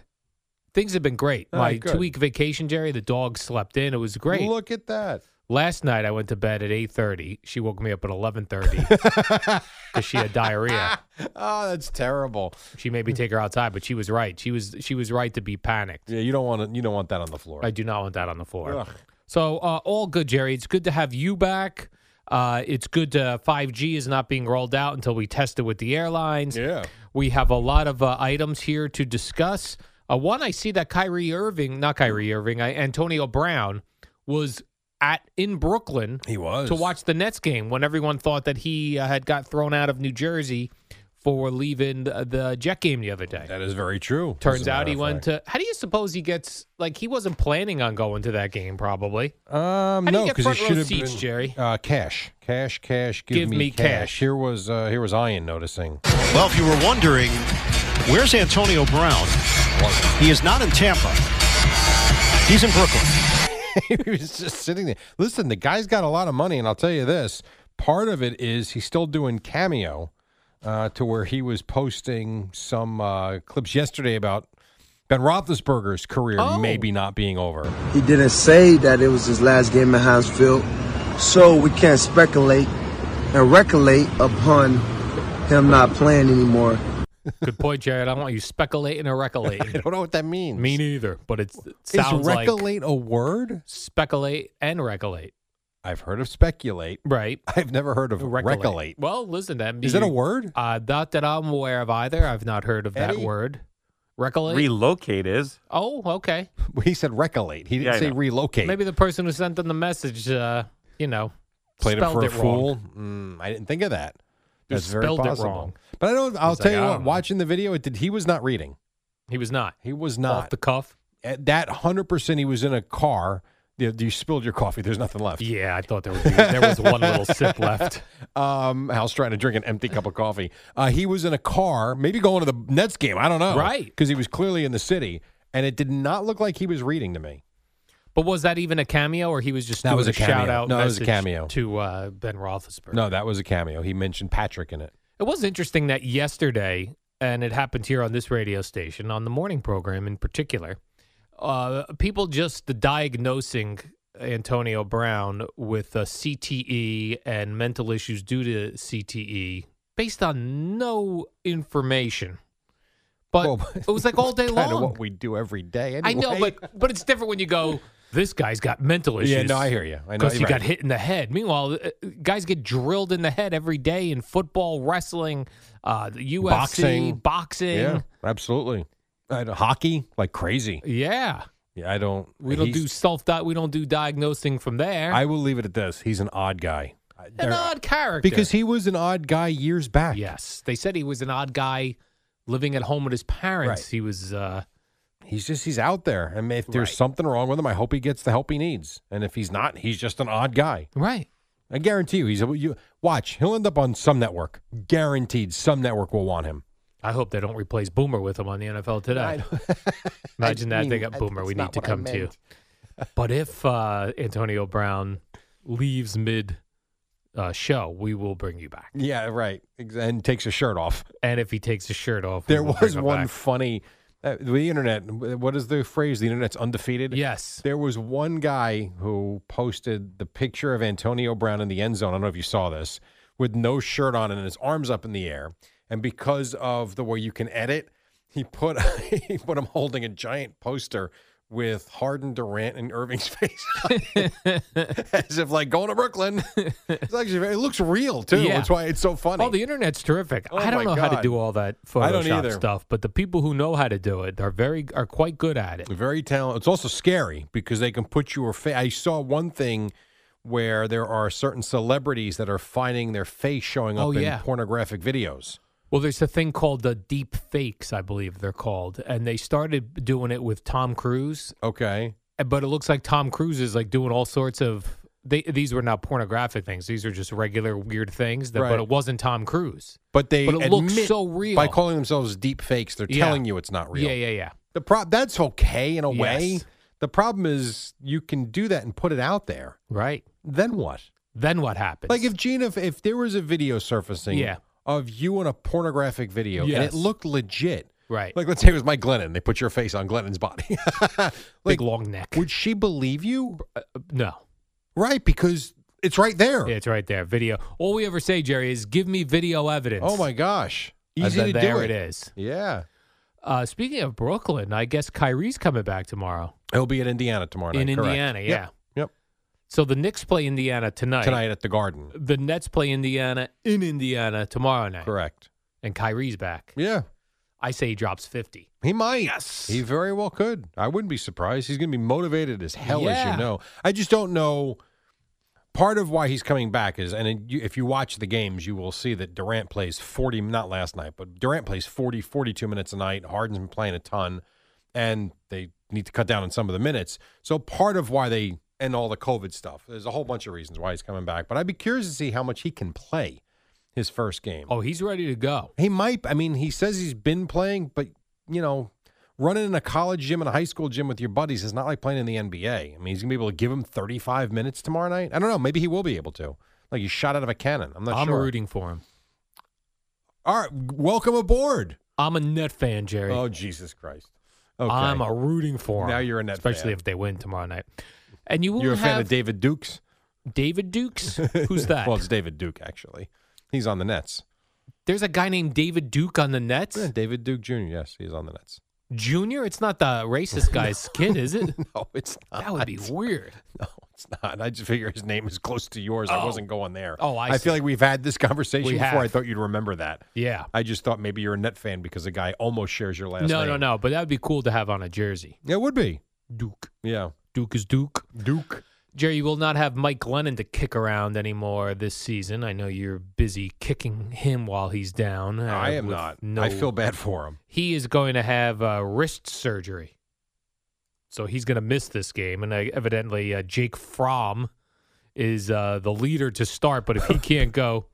S2: Things have been great.
S1: Oh,
S2: My
S1: good.
S2: two week vacation, Jerry. The dog slept in. It was great.
S1: Look at that.
S2: Last night I went to bed at eight thirty. She woke me up at eleven thirty because she had diarrhea.
S1: Oh, that's terrible.
S2: She made me take her outside, but she was right. She was she was right to be panicked.
S1: Yeah, you don't want to. You don't want that on the floor.
S2: I do not want that on the floor.
S1: Ugh.
S2: So uh, all good, Jerry. It's good to have you back. Uh, it's good to, 5G is not being rolled out until we test it with the airlines.
S1: Yeah.
S2: We have a lot of uh, items here to discuss. Uh, one, I see that Kyrie Irving, not Kyrie Irving, I, Antonio Brown was at in Brooklyn
S1: He was
S2: to watch the Nets game when everyone thought that he uh, had got thrown out of New Jersey for leaving the, the Jet game the other day.
S1: That is very true.
S2: Turns out he went to. How do you suppose he gets? Like he wasn't planning on going to that game. Probably.
S1: to. Um,
S2: How do you
S1: no,
S2: get front
S1: because he
S2: row
S1: should have
S2: seats,
S1: been
S2: Jerry?
S1: Uh, cash, cash, cash. Give,
S2: Give me cash.
S1: Here was uh, here was Ian noticing.
S5: Well, if you were wondering, where's Antonio Brown? He is not in Tampa. He's in Brooklyn.
S1: he was just sitting there. Listen, the guy's got a lot of money, and I'll tell you this: part of it is he's still doing cameo, uh, to where he was posting some uh, clips yesterday about Ben Roethlisberger's career
S2: Oh.
S1: maybe not being over.
S6: He didn't say that it was his last game in Heinz Field, so we can't speculate and recollate upon him not playing anymore.
S2: Good point, Jared. I don't want you speculating or
S1: I
S2: recollecting.
S1: don't know what that means.
S2: Me neither. But it's, it
S1: is
S2: sounds like
S1: recollate a word?
S2: speculate and recollate.
S1: I've heard of speculate.
S2: Right.
S1: I've never heard of recollate.
S2: Well, listen. That
S1: Is that a word?
S2: Uh, not that I'm aware of either. I've not heard of that
S1: Eddie?
S2: word. Recollate.
S4: Relocate is.
S2: oh, okay.
S1: He said recollate. He didn't
S4: Yeah, I
S1: say
S4: know.
S1: relocate.
S2: Maybe the person who sent them the message, uh, you know,
S1: played it
S2: spelled
S1: for a
S2: wrong.
S1: fool. Mm, I didn't think of that.
S2: You
S1: That's very
S2: spelled it
S1: possible.
S2: wrong.
S1: But I don't. I'll
S2: He's
S1: tell
S2: like,
S1: you
S2: I
S1: what.
S2: don't know.
S1: Watching the video, it did. He was not reading.
S2: He was not.
S1: He was not
S2: off the cuff.
S1: At that hundred percent, he was in a car. You, you spilled your coffee. There's nothing left.
S2: Yeah, I thought there would be. There was one little sip left.
S1: Um, Hal's trying to drink an empty cup of coffee. Uh, he was in a car, maybe going to the Nets game. I don't know.
S2: Right.
S1: Because he was clearly in the city, and it did not look like he was reading to me.
S2: But was that even a cameo, or he was just
S1: That
S2: doing
S1: was a cameo.
S2: shout out?
S1: No, that was a
S2: message
S1: cameo.
S2: to uh, Ben Roethlisberger.
S1: No, that was a cameo. He mentioned Patrick in it.
S2: It was interesting that yesterday, and it happened here on this radio station, on the morning program in particular, uh, people just diagnosing Antonio Brown with uh CTE and mental issues due to CTE based on no information. But it was like all day long.
S1: Kind of what we do every day.
S2: I know,
S1: anyway.
S2: but but it's different when you go. This guy's got mental issues.
S1: Yeah, no, I hear you. I know,
S2: Because
S1: you're
S2: he got
S1: right.
S2: hit in the head. Meanwhile, uh, guys get drilled in the head every day in football, wrestling, uh, the UFC,
S1: boxing,
S2: boxing.
S1: Yeah, absolutely. I know, hockey, like crazy.
S2: Yeah.
S1: Yeah, I don't.
S2: We don't
S1: he's-
S2: do self. Di- we don't do diagnosing from there.
S1: I will leave it at this. He's an odd guy. I-
S2: an
S1: there-
S2: odd character
S1: Because he was an odd guy years back.
S2: Yes, they said he was an odd guy living at home with his parents.
S1: Right.
S2: He was. Uh,
S1: He's just he's out there. I mean, if there's
S2: Right.
S1: something wrong with him, I hope he gets the help he needs. And if he's not, he's just an odd guy.
S2: Right.
S1: I guarantee you, he's a, you watch. He'll end up on some network. Guaranteed, some network will want him.
S2: I hope they don't replace Boomer with him on the NFL today. Imagine that they got Boomer. We need to come to. But if uh, Antonio Brown leaves mid uh, show, we will bring you back.
S1: Yeah, right. Ex- And takes his shirt off.
S2: And if he takes his shirt off, we
S1: There
S2: will bring
S1: was
S2: him
S1: one
S2: back.
S1: funny. Uh, the internet. What is the phrase? The internet's undefeated.
S2: Yes.
S1: There was one guy who posted the picture of Antonio Brown in the end zone. I don't know if you saw this, with no shirt on and his arms up in the air. And because of the way you can edit, he put he put him holding a giant poster with Harden, Durant, and Irving's face, on it. as if like going to Brooklyn. It's actually very- it looks real too.
S2: Yeah.
S1: That's why it's so funny.
S2: Oh, the internet's terrific.
S1: Oh
S2: I don't
S1: my
S2: know how to
S1: God.
S2: do all that
S1: I don't
S2: Photoshop
S1: either.
S2: stuff, but the people who know how to do it are very are quite good at it.
S1: Very talented. It's also scary because they can put your face. I saw one thing where there are certain celebrities that are finding their face showing up
S2: Oh,
S1: in
S2: yeah.
S1: pornographic videos.
S2: Well, there's a thing called the deep fakes, I believe they're called, and they started doing it with Tom Cruise.
S1: Okay.
S2: But it looks like Tom Cruise is like doing all sorts of. They, these were not pornographic things. These are just regular weird things. That,
S1: Right.
S2: But it wasn't Tom Cruise.
S1: But they
S2: But it looks
S1: admit-
S2: so real.
S1: by calling themselves deep fakes. They're
S2: Yeah.
S1: telling you it's not real.
S2: Yeah, yeah, yeah.
S1: The prob that's okay in a way.
S2: Yes.
S1: The problem is you can do that and put it out there.
S2: Right.
S1: Then what?
S2: Then what happens?
S1: Like if Gene, if, if there was a video surfacing
S2: Yeah.
S1: of you in a pornographic video and
S2: Yes.
S1: it looked legit.
S2: right,
S1: Like let's say it was Mike Glennon. They put your face on Glennon's body. like
S2: big long neck. Uh,
S1: Would she believe you?
S2: no.
S1: Right, because it's right there.
S2: Yeah, it's right there. Video. All we ever say, Jerry, is give me video evidence.
S1: Oh my gosh.
S2: And
S1: Easy
S2: then
S1: to
S2: there
S1: do
S2: it is.
S1: Yeah.
S2: Uh, speaking of Brooklyn, I guess Kyrie's coming back tomorrow
S1: He'll be in Indiana tomorrow night.
S2: in
S1: correct.
S2: Indiana.
S1: Yep,
S2: Yeah.
S1: Yep.
S2: So the Knicks play Indiana tonight.
S1: Tonight at the Garden.
S2: The Nets play Indiana in Indiana tomorrow night.
S1: Correct.
S2: And Kyrie's back.
S1: Yeah.
S2: I say he drops 50.
S1: He might.
S2: Yes.
S1: He very well could. I wouldn't be surprised. He's going to be motivated as hell, as
S2: Yeah.
S1: you know. I just don't know. Part of why he's coming back is, and it- you- if you watch the games, you will see that Durant plays 40, not last night, but Durant plays 40, 42 minutes a night. Harden's been playing a ton, and they need to cut down on some of the minutes. So part of why they, and all the COVID stuff, there's a whole bunch of reasons why he's coming back. But I'd be curious to see how much he can play his first game.
S2: Oh, he's ready to go.
S1: He might. I mean, he says he's been playing, but you know, running in a college gym and a high school gym with your buddies is not like playing in the NBA. I mean, he's gonna be able to give him 35 minutes tomorrow night. I don't know. Maybe he will be able to. Like he's shot out of a cannon. I'm not
S2: I'm
S1: sure.
S2: rooting for him.
S1: All right, welcome aboard.
S2: I'm a net fan, Jerry.
S1: Oh Jesus Christ. Okay.
S2: I'm a rooting for him.
S1: Now you're a net
S2: Especially
S1: fan.
S2: if they win tomorrow night. And you will
S1: You're a
S2: have
S1: fan of David Dukes.
S2: David Dukes? Who's that?
S1: well, it's David Duke actually. He's on the Nets.
S2: There's a guy named David Duke on the Nets.
S1: Yeah, David Duke Jr. Yes, he's on the Nets.
S2: Junior? It's not the racist guy's kid, is it?
S1: No, Oh, it's not.
S2: That would be weird.
S1: No, it's not. I just figure his name is close to yours. I
S2: Oh.
S1: wasn't going there.
S2: Oh, I
S1: I
S2: see.
S1: feel like we've had this conversation
S2: We
S1: before. I
S2: have.
S1: thought you'd remember that.
S2: Yeah.
S1: I just thought maybe you're a net fan because the guy almost shares your last
S2: no,
S1: name.
S2: no, no. But that would be cool to have on a jersey.
S1: no. It would be.
S2: Duke.
S1: Yeah.
S2: Duke is Duke.
S1: Duke.
S2: Jerry, you will not have Mike Glennon to kick around anymore this season. I know you're busy kicking him while he's down. uh,
S1: I am
S2: with
S1: not. I feel bad for him.
S2: He is going to have uh, wrist surgery, so he's going to miss this game. And uh, evidently, uh, Jake Fromm is uh, the leader to start. But if he can't go,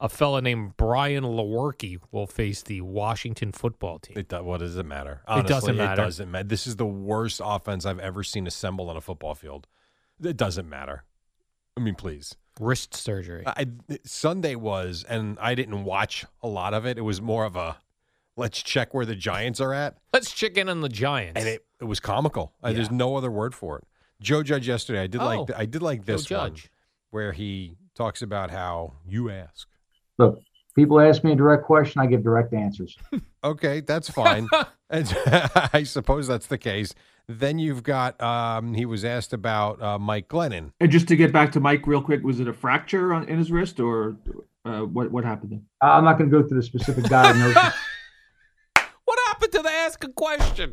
S2: a fella named Brian Lewerke will face the Washington football team.
S1: It, what does it matter? Honestly,
S2: it doesn't matter.
S1: It doesn't matter. This is the worst offense I've ever seen assembled on a football field. It doesn't matter. I mean, please.
S2: Wrist surgery.
S1: I, Sunday was, and I didn't watch a lot of it. It was more of a let's check where the Giants are at.
S2: Let's check in on the Giants.
S1: And it, it was comical. Uh, there's no other word for it. Joe Judge yesterday, I did
S2: Oh,
S1: like th- I did like
S2: Joe
S1: this one
S2: Judge.
S1: where he talks about how you ask.
S7: Look, people ask me a direct question, I give direct answers.
S1: Okay, that's fine. And I suppose that's the case. Then you've got um, he was asked about uh, Mike Glennon.
S8: And just to get back to Mike real quick, was it a fracture on, in his wrist or uh, what what happened? There?
S7: I- I'm not going to go through the specific diagnosis.
S2: happened to the ask a question?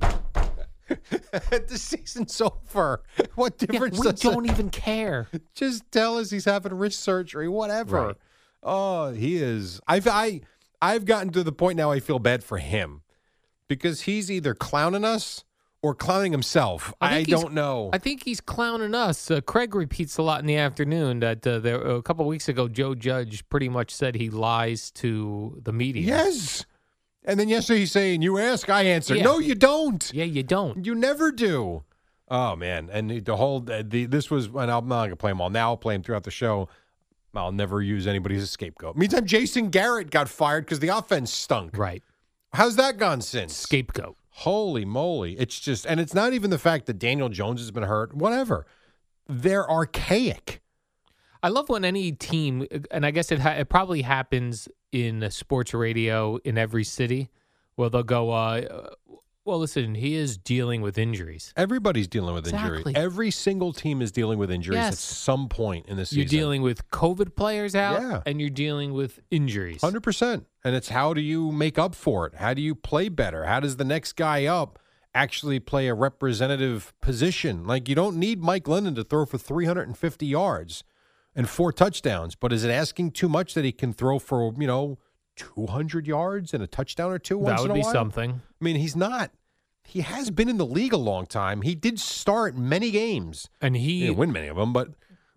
S1: the season's over. What difference?
S2: we
S1: does
S2: don't
S1: it-
S2: even care.
S1: Just tell us he's having wrist surgery, whatever.
S2: Right.
S1: Oh, he is. I've I I've gotten to the point now. I feel bad for him because he's either clowning us or clowning himself. I,
S2: think he's-
S1: don't know.
S2: I think he's clowning us. Uh, Craig repeats a lot in the afternoon that uh, there, a couple weeks ago, Joe Judge pretty much said he lies to the media.
S1: yes. And then yesterday he's saying, "You ask, I answer."
S2: Yeah.
S1: No, you don't.
S2: Yeah, you don't.
S1: You never do. Oh man, and the- the whole the, the this was. And I'm not gonna play them all now. I'll play them throughout the show. I'll never use anybody as a scapegoat. Meantime, Jason Garrett got fired because the offense stunk.
S2: Right.
S1: How's that gone since?
S2: Scapegoat.
S1: Holy moly! It's just, and it's not even the fact that Daniel Jones has been hurt. Whatever. They're archaic.
S2: I love when any team, and I guess it, ha- it probably happens in sports radio in every city, where they'll go, uh, uh, well, listen, he is dealing with injuries.
S1: Everybody's dealing with injury.
S2: Exactly.
S1: Every single team is dealing with injuries at
S2: Yes.
S1: some point in the season.
S2: You're dealing with COVID players out,
S1: Yeah.
S2: and you're dealing with injuries.
S1: Hundred percent. And it's how do you make up for it? How do you play better? How does the next guy up actually play a representative position? Like you don't need Mike Lennon to throw for three hundred and fifty yards and four touchdowns, but is it asking too much that he can throw for you know two hundred yards and a touchdown or two?
S2: That
S1: once in
S2: would
S1: a
S2: be
S1: while?
S2: something.
S1: I mean, he's not. He has been in the league a long time. He did start many games.
S2: And he
S1: didn't win many of them, but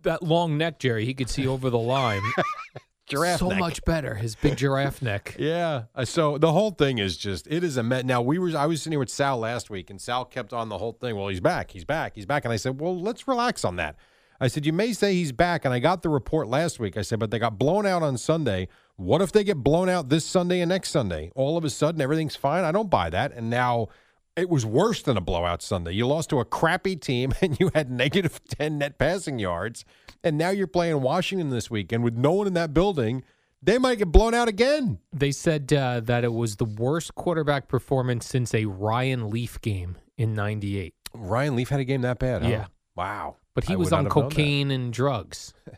S2: that long neck, Jerry, he could see over the line.
S1: Giraffe
S2: so
S1: neck.
S2: much better. His big giraffe neck.
S1: Yeah. uh, So the whole thing is just it is a met. Now we were I was sitting here with Sal last week, and Sal kept on the whole thing. Well, he's back. He's back. He's back. And I said, well, let's relax on that. I said, you may say he's back, and I got the report last week. I said, but they got blown out on Sunday. What if they get blown out this Sunday and next Sunday? All of a sudden, everything's fine. I don't buy that. And now it was worse than a blowout Sunday. You lost to a crappy team and you had negative 10 net passing yards. And now you're playing Washington this weekend with no one in that building. They might get blown out again.
S2: They said uh, that it was the worst quarterback performance since a Ryan Leaf game in '98.
S1: Ryan Leaf had a game that bad. huh?
S2: Yeah.
S1: Wow.
S2: But he
S1: I
S2: was
S1: would not
S2: on
S1: have known that.
S2: cocaine and drugs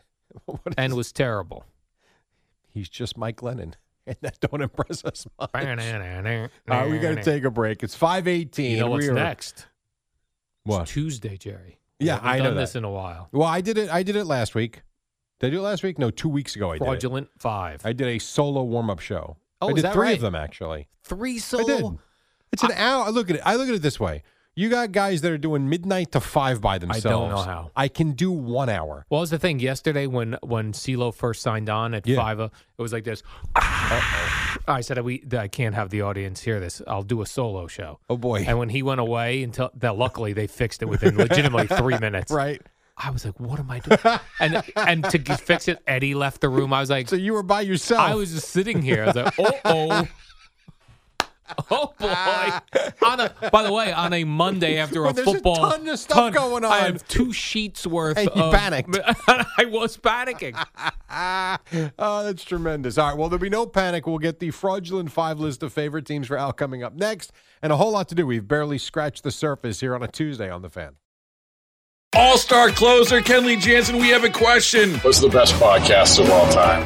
S1: What
S2: and
S1: is-
S2: was terrible.
S1: he's just Mike Lennon, and that don't impress us much. All right,
S2: right,
S1: we got to take a break. It's five eighteen.
S2: You know what's
S1: we are,
S2: next?
S1: What?
S2: It's Tuesday, Jerry. We
S1: Yeah,
S2: haven't
S1: I know
S2: done this
S1: that.
S2: in a while.
S1: Well, I did it. I did it last week. Did I do it last week? No, two weeks ago. I did. It.
S2: Fraudulent five.
S1: I did a solo warm up show.
S2: Oh,
S1: I
S2: is
S1: did
S2: that
S1: three
S2: right?
S1: of them actually.
S2: Three
S1: I did.
S2: solo.
S1: It's an hour. I look at it. I look at it this way. You got guys that are doing midnight to five by
S2: know
S1: themselves.
S2: how.
S1: I can do one hour.
S2: Well, that was the thing yesterday when when CeeLo first signed on at
S1: Yeah.
S2: five, uh, it was like this. I said we I can't have the audience hear this. I'll do a solo show.
S1: Oh boy.
S2: And when he went away, until that luckily they fixed it within legitimately three minutes.
S1: Right.
S2: I was like, what am I doing? and and to g- fix it, Eddie left the room. I was like,
S1: So you were by yourself.
S2: I was just sitting here. I was like, oh oh. Oh boy! On a, by the way, on a Monday after
S1: Well,
S2: a
S1: there's a
S2: football,
S1: ton of stuff going
S2: I
S1: on.
S2: have two sheets worth.
S1: And you
S2: of,
S1: panicked.
S2: I was panicking.
S1: Ah, oh, that's tremendous. All right. Well, there'll be no panic. We'll get the fraudulent five list of favorite teams for Al coming up next, and a whole lot to do. We've barely scratched the surface here on a Tuesday on the fan.
S9: All star closer Kenley Jansen, we have a question. What's the best podcast of all time?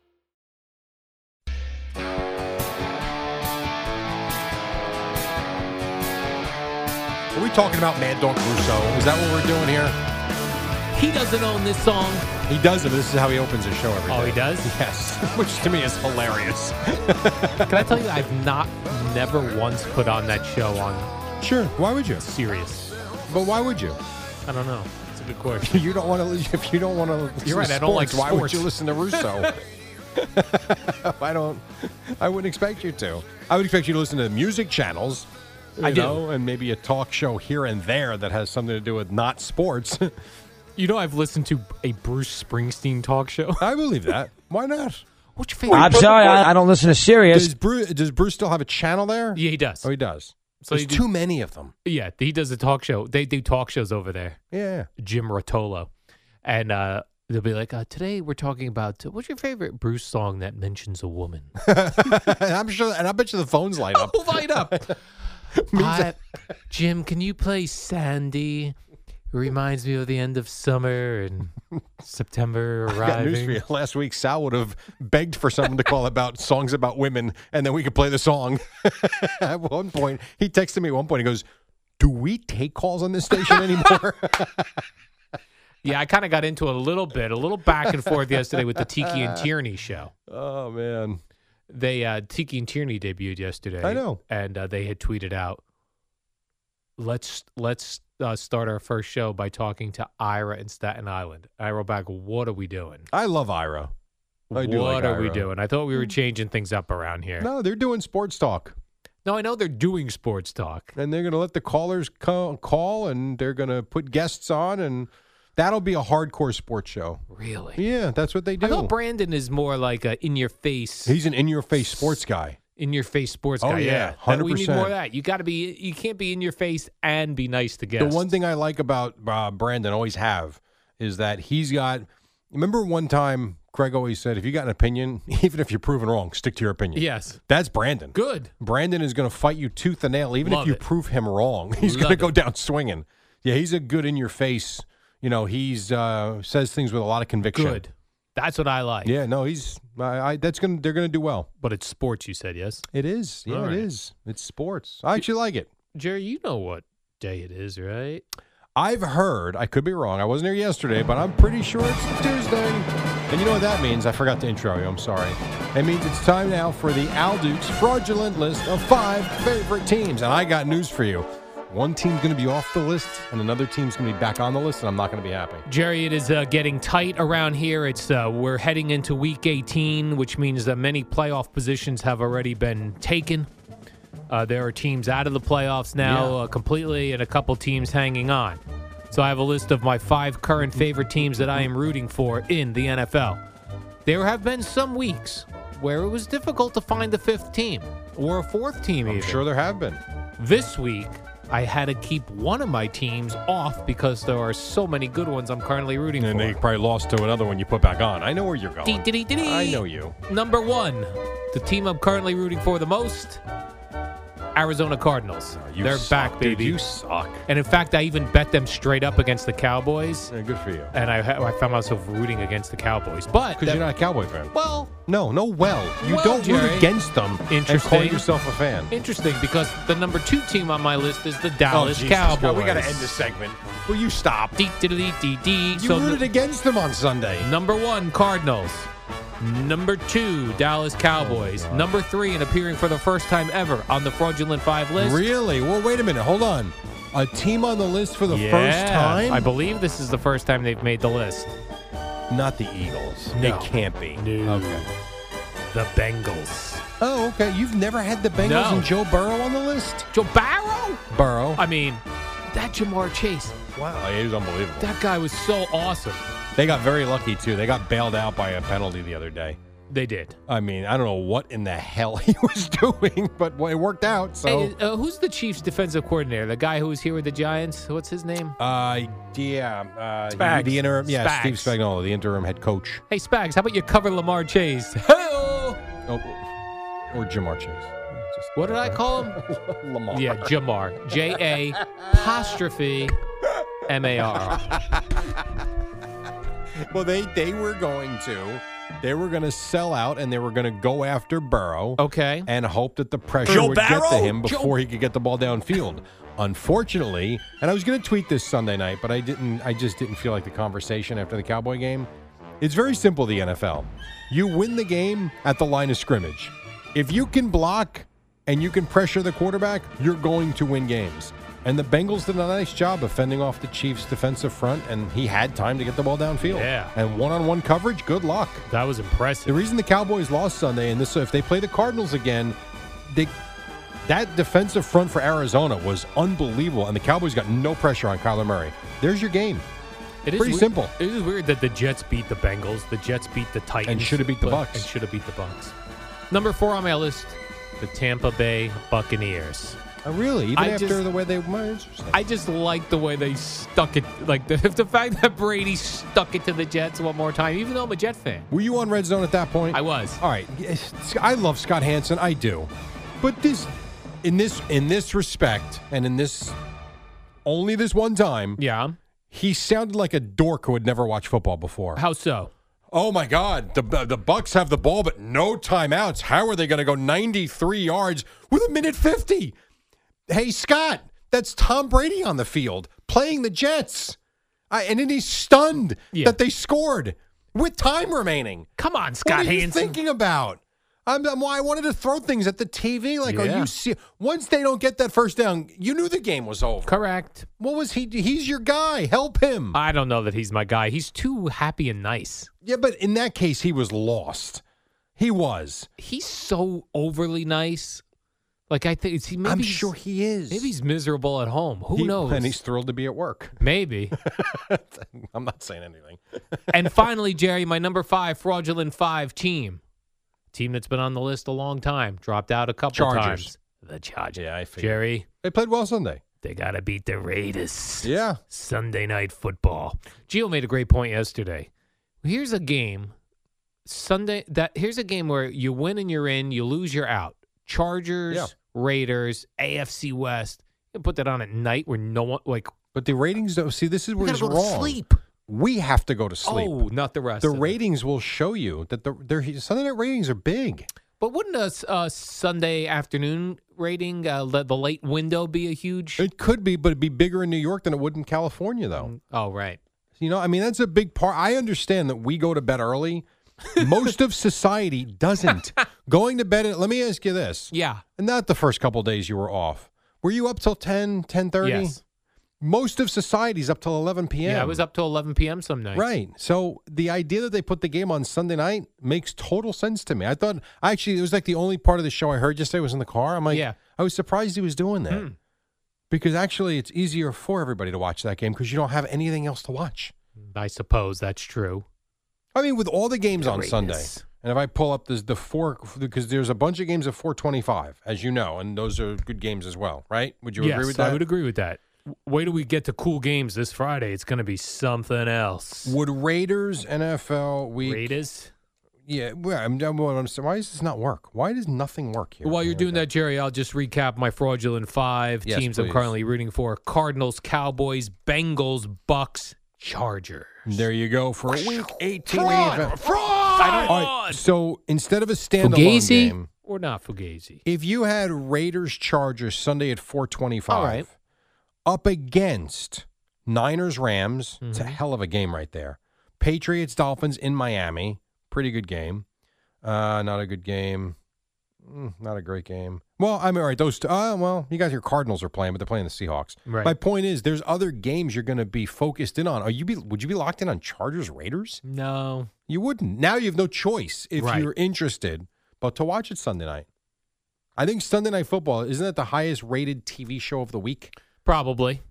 S1: Are we talking about Mad Dog Russo? Is that what we're doing here?
S2: He doesn't own this song.
S1: He does it. but This is how he opens his show every day.
S2: Oh, he does?
S1: Yes, which to me is hilarious.
S2: Can I tell you, I've not, never once put on that show on.
S1: Sure. Why would you?
S2: Serious.
S1: But why would you?
S2: I don't know. It's a good question.
S1: you don't want to. If you don't want to, listen
S2: You're right,
S1: To
S2: I don't like
S1: sports, Why would
S2: sports.
S1: you listen to Russo? I don't. I wouldn't expect you to. I would expect you to listen to music channels. You
S2: I do.
S1: know, and maybe a talk show here and there that has something to do with not sports.
S2: You know, I've listened to a Bruce Springsteen talk show.
S1: I believe that. Why not?
S2: What's your favorite?
S1: don't listen to Sirius. Does Bruce, does Bruce still have a channel there?
S2: Yeah, he does.
S1: Oh, he does.
S2: So
S1: There's
S2: you do-
S1: too many of them.
S2: Yeah, he does a talk show. They do talk shows over there.
S1: Yeah.
S2: Jim Rotolo, and uh, they'll be like, uh, "Today we're talking about uh, what's your favorite Bruce song that mentions a woman."
S1: I'm sure, and I bet you the phones light up.
S2: Oh, light up. I- Jim, can you play Sandy? Reminds me of the end of summer and September
S1: I got news
S2: arriving.
S1: for you. Last week, Sal would have begged for someone to call about songs about women, and then we could play the song. at one point, he texted me. At one point, he goes, "Do we take calls on this station anymore?"
S2: Yeah, I kind of got into it a little bit, a little back and forth yesterday with the Tiki and Tierney show.
S1: oh man,
S2: They uh, Tiki and Tierney debuted yesterday.
S1: I know.
S2: and uh, they had tweeted out, "Let's let's uh, start our first show by talking to Ira in Staten Island." I wrote back, "What are we doing?
S1: I love Ira. I do
S2: what
S1: like
S2: are we
S1: Ira.
S2: doing?" I thought we were changing things up around here.
S1: No, they're doing sports talk,
S2: No, I know they're doing sports talk.
S1: and they're going to let the callers co- call, and they're going to put guests on, and that'll be a hardcore sports show.
S2: Really?
S1: Yeah, that's what they
S2: I thought
S1: do.
S2: Brandon is more like a in your face,
S1: He's an in-your-face sports guy.
S2: in your face sports
S1: Oh,
S2: guy.
S1: yeah,
S2: That- we need more
S1: 100%.
S2: of that. You got to be. You can't be in your face and be nice to
S1: The
S2: guests.
S1: one thing I like about uh, Brandon, always have, is that he's got. Remember one time Craig always said, if you got an opinion, even if you're proven wrong, stick to your opinion.
S2: Yes.
S1: That's Brandon.
S2: Good.
S1: Brandon is going to fight you tooth and nail, even
S2: Love
S1: if you
S2: it.
S1: prove him wrong. He's
S2: Love
S1: going to go
S2: it.
S1: down swinging. Yeah, he's a good in your face. You know, he's uh, says things with a lot of conviction.
S2: Good. That's what I like.
S1: Yeah, no, he's. I, I that's gonna. They're gonna do well.
S2: But it's sports. You said yes.
S1: It is. Yeah,
S2: All right.
S1: it is. It's sports. I actually like it.
S2: Jerry, you know what day it is, right?
S1: I've heard, I could be wrong, I wasn't here yesterday, but I'm pretty sure it's Tuesday. And you know what that means? I forgot to intro you, I'm sorry. It means it's time now for the Al Dukes fraudulent list of five favorite teams. And I got news for you. One team's going to be off the list, and another team's going to be back on the list, and I'm not going to be happy.
S2: Jerry, it is uh, getting tight around here. It's uh, we're heading into week 18, which means that many playoff positions have already been taken. Uh, there are teams out of the playoffs now uh, completely, and a couple teams hanging on. So I have a list of my five current favorite teams that I am rooting for in the NFL. There have been some weeks where it was difficult to find the fifth team or a fourth team.
S1: I'm
S2: even.
S1: sure there have been.
S2: This week, I had to keep one of my teams off because there are so many good ones I'm currently rooting
S1: And
S2: for.
S1: they probably lost to another one you put back on. I know where you're
S2: Dee,
S1: going.
S2: dee, dee, dee, dee.
S1: I know you.
S2: Number one, the team I'm currently rooting for the most Arizona Cardinals.
S1: Ah, You
S2: They're
S1: suck,
S2: back,
S1: dude.
S2: baby.
S1: You suck.
S2: and in fact, I even bet them straight up against the Cowboys,
S1: Yeah, Uh, good for you.
S2: and I, ha- I found myself rooting against the Cowboys. But
S1: Because
S2: that-
S1: you're not a Cowboy fan.
S2: well,
S1: No, no, well. You
S2: Well,
S1: don't root
S2: Jerry.
S1: against them and call
S2: Interesting.
S1: yourself a fan.
S2: interesting because the number two team on my list is the Dallas
S1: Oh, Jesus.
S2: Cowboys.
S1: Now we gotta end this segment. Will you stop?
S2: Dee, dee, dee, dee, dee.
S1: You
S2: So the-
S1: rooted against them on Sunday.
S2: Number one, Cardinals. Number two, Dallas Cowboys. Number three, and appearing for the first time ever on the fraudulent five list.
S1: Really? Well, wait a minute. Hold on. A team on the list for the
S2: Yeah.
S1: first time?
S2: I believe this is the first time they've made the list.
S1: Not the Eagles.
S2: No.
S1: It can't be.
S2: No.
S1: Okay.
S2: The Bengals.
S1: Oh, okay. You've never had the Bengals
S2: No.
S1: and Joe Burrow on the list?
S2: Joe Barrow?
S1: Burrow.
S2: I mean, that Jamar Chase.
S1: wow, he was unbelievable.
S2: That guy was so awesome.
S1: They got very lucky, too. They got bailed out by a penalty the other day.
S2: They did.
S1: I mean, I don't know what in the hell he was doing, but well, it worked out. So
S2: Hey, uh, who's the Chiefs' defensive coordinator? The guy who was here with the Giants. What's his name?
S1: Uh, yeah, uh, he-
S2: Spags.
S1: the interim, yeah,
S2: Spags.
S1: Steve Spagnuolo, the interim head coach,
S2: Hey Spags, how about you cover Lamar Chase?
S1: oh, or Jamar Chase.
S2: What did I call him?
S1: Lamar.
S2: Yeah, Jamar. J A apostrophe M A R.
S1: Well, they they were going to, they were going to sell out, and they were going to go after Burrow.
S2: Okay,
S1: and hope that the pressure
S2: Joe
S1: would get
S2: Barrow?
S1: to him
S2: Joe-
S1: before he could get the ball downfield. Unfortunately, and I was going to tweet this Sunday night, but I didn't. I just didn't feel like the conversation after the Cowboy game. It's very simple. The NFL, you win the game at the line of scrimmage. If you can block and you can pressure the quarterback, you're going to win games. And the Bengals did a nice job of fending off the Chiefs' defensive front, and he had time to get the ball downfield.
S2: Yeah.
S1: And one-on-one coverage, good luck.
S2: That was impressive.
S1: The reason the Cowboys lost Sunday, and this if they play the Cardinals again, they that defensive front for Arizona was unbelievable, and the Cowboys got no pressure on Kyler Murray. There's your game.
S2: It is
S1: Pretty
S2: weird-
S1: simple.
S2: It is weird that the Jets beat the Bengals, the Jets beat the Titans,
S1: shoulda beat the
S2: but-
S1: Bucs.
S2: and should have beat the Bucks. Number four on my list, the Tampa Bay Buccaneers.
S1: Uh, really, even
S2: I
S1: after
S2: just-
S1: the way they were interesting.
S2: I just like the way they stuck it. Like the, the fact that Brady stuck it to the Jets one more time, even though I'm a Jet fan.
S1: Were you on red zone at that point? I
S2: was.
S1: All right. Yes, I love Scott Hansen. I do. But this in this in this respect and in this only this one time.
S2: Yeah.
S1: He sounded like a dork who had never watched football before.
S2: How so?
S1: Oh my God! The the Bucks have the ball, but no timeouts. How are they going to go 93 yards with a minute 50? Hey Scott, that's Tom Brady on the field playing the Jets, I, and then he's stunned that they scored with time remaining.
S2: Come on, Scott
S1: what are you
S2: Hansen.
S1: thinking about? I'm, I'm why I wanted to throw things at the TV. Like, are
S2: Yeah.
S1: you see? Once they don't get that first down, you knew the game was over.
S2: Correct.
S1: What was he? He's your guy. Help him.
S2: I don't know that he's my guy. He's too happy and nice.
S1: Yeah, but in that case, he was lost. He was.
S2: He's so overly nice. Like I think he. Maybe
S1: I'm
S2: he's-
S1: sure he is.
S2: Maybe he's miserable at home. Who
S1: He-
S2: knows?
S1: And he's thrilled to be at work.
S2: maybe.
S1: I'm not saying anything.
S2: and finally, Jerry, my number five fraudulent five team, team that's been on the list a long time, dropped out a couple
S1: Chargers.
S2: times. The Chargers.
S1: Yeah, I
S2: Jerry,
S1: They played well Sunday.
S2: they gotta beat the Raiders.
S1: Yeah.
S2: Sunday night football. Gio made a great point yesterday. Here's a game Sunday that here's a game where you win and you're in, you lose, you're out. Chargers,
S1: Yeah.
S2: Raiders, AFC West. You can put that on at night where no one like
S1: But the ratings don't see this is
S2: we
S1: where
S2: gotta go
S1: it's wrong.
S2: to sleep.
S1: We have to go to sleep.
S2: Oh, not the rest.
S1: the
S2: of them.
S1: ratings will show you that the their Sunday night ratings are big.
S2: But wouldn't a, s- a Sunday afternoon rating, uh, the, the late window, be a huge?
S1: It could be, but it'd be bigger in New York than it would in California, though.
S2: Oh, right.
S1: You know, I mean, that's a big part. I understand that we go to bed early. Most of society doesn't. Going to bed, at, let me ask you this.
S2: Yeah.
S1: Not the first couple days you were off. Were you up till 10, 10.30?
S2: Yes.
S1: Most of society's up till 11 p.m.
S2: Yeah, I was up till 11 p.m. some nights.
S1: Right. So the idea that they put the game on Sunday night makes total sense to me. I thought I actually it was like the only part of the show I heard yesterday was in the car. I'm like,
S2: Yeah.
S1: I was surprised he was doing that
S2: Hmm.
S1: because actually it's easier for everybody to watch that game because you don't have anything else to watch.
S2: Mm, I suppose that's true.
S1: I mean, with all the games on Sunday,
S2: Greatness.
S1: and if I pull up this the four because there's a bunch of games at 425, as you know, and those are good games as well, right? Would you
S2: yes,
S1: agree with
S2: I
S1: that?
S2: would agree with that. W- Wait till we get to cool games this Friday. It's going to be something else.
S1: Would Raiders NFL week?
S2: Raiders.
S1: Yeah, well, I'm, I'm, what I'm saying, why does this not work? Why does nothing work here?
S2: While you're doing that, Jerry, I'll just recap my fraudulent five
S1: Yes,
S2: teams I'm
S1: please.
S2: currently rooting for: Cardinals, Cowboys, Bengals, Bucks, Chargers.
S1: There you go for a week 18
S2: Fraud!
S1: event.
S2: I
S1: All
S2: don't
S1: right, so instead of a standalone
S2: Fugazi?
S1: game,
S2: or not Fugazi.
S1: if you had Raiders Chargers Sunday at 425
S2: All right.
S1: up against Niners Rams, it's
S2: Mm-hmm.
S1: a hell of a game right there. Patriots Dolphins in Miami, pretty good game. Uh, not a good game. Mm, not a great game. Well, I mean, all right, those. T- uh, well, you guys, your Cardinals are playing, but they're playing the Seahawks.
S2: Right.
S1: My point is, there's other games you're going to be focused in on. Are you be? Would you be locked in on Chargers Raiders?
S2: No.
S1: You wouldn't. Now you have no choice if
S2: Right.
S1: you're interested, but to watch it Sunday night. I think Sunday Night Football isn't that the highest rated TV show of the week?
S2: Probably.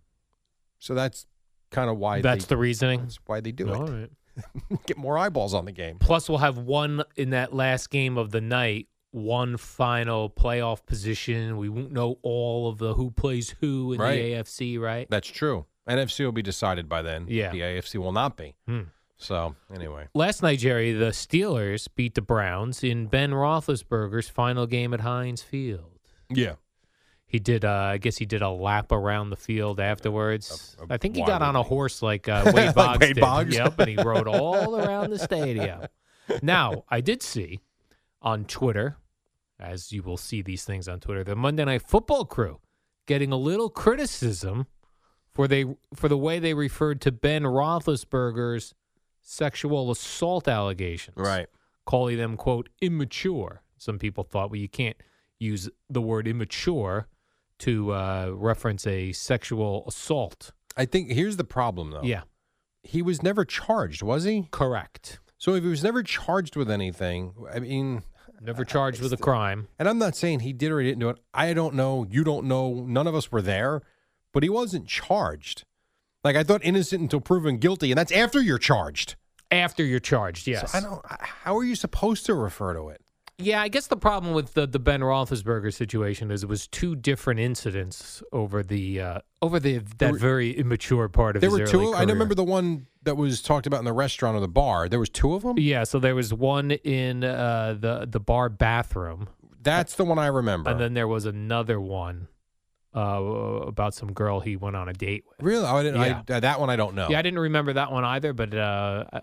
S1: So that's kind of why
S2: That's
S1: they,
S2: the reasoning.
S1: that's why they do it.
S2: All right.
S1: get more eyeballs on the game.
S2: Plus, we'll have one in that last game of the night, one final playoff position. We won't know all of the who plays who in
S1: Right.
S2: the AFC, right?
S1: That's true. NFC will be decided by then.
S2: Yeah.
S1: The AFC will not be.
S2: Hmm.
S1: So, anyway.
S2: Last night, Jerry, the Steelers beat the Browns in Ben Roethlisberger's final game at Heinz Field.
S1: Yeah.
S2: He did. Uh, I guess he did a lap around the field afterwards. I think he got
S1: wide
S2: on a horse like uh, Wade
S1: Like
S2: Boggs.
S1: Wade
S2: did.
S1: Boggs?
S2: Yep, and he rode all around the stadium. Now, I did see on Twitter, as you will see these things on Twitter, the Monday Night Football crew getting a little criticism for they for the way they referred to Ben Roethlisberger's sexual assault allegations,
S1: Right.
S2: Calling them quote immature. Some people thought, well, you can't use the word immature to uh, reference a sexual assault.
S1: I think here's the problem, though.
S2: Yeah.
S1: He was never charged, was he?
S2: Correct.
S1: So, if he was never charged with anything, I mean,
S2: Never charged with a crime.
S1: And I'm not saying he did or he didn't do it. I don't know. You don't know. None of us were there, but he wasn't charged. Like I thought, innocent until proven guilty, and that's after you're charged.
S2: After you're charged, yes.
S1: So I don't. How are you supposed to refer to it?
S2: Yeah, I guess the problem with the, the Ben Roethlisberger situation is it was two different incidents over the uh, over the that
S1: were-
S2: very immature part of
S1: there
S2: his
S1: were
S2: early
S1: two. I
S2: career.
S1: remember the one that was talked about in the restaurant or the bar. There was two of them.
S2: Yeah, so there was one in uh, the the bar bathroom,
S1: That's the one I remember.
S2: and then there was another one uh, about some girl he went on a date with.
S1: really, I didn't.
S2: Yeah.
S1: I, that one I don't know.
S2: Yeah, I didn't remember that one either, but uh, I,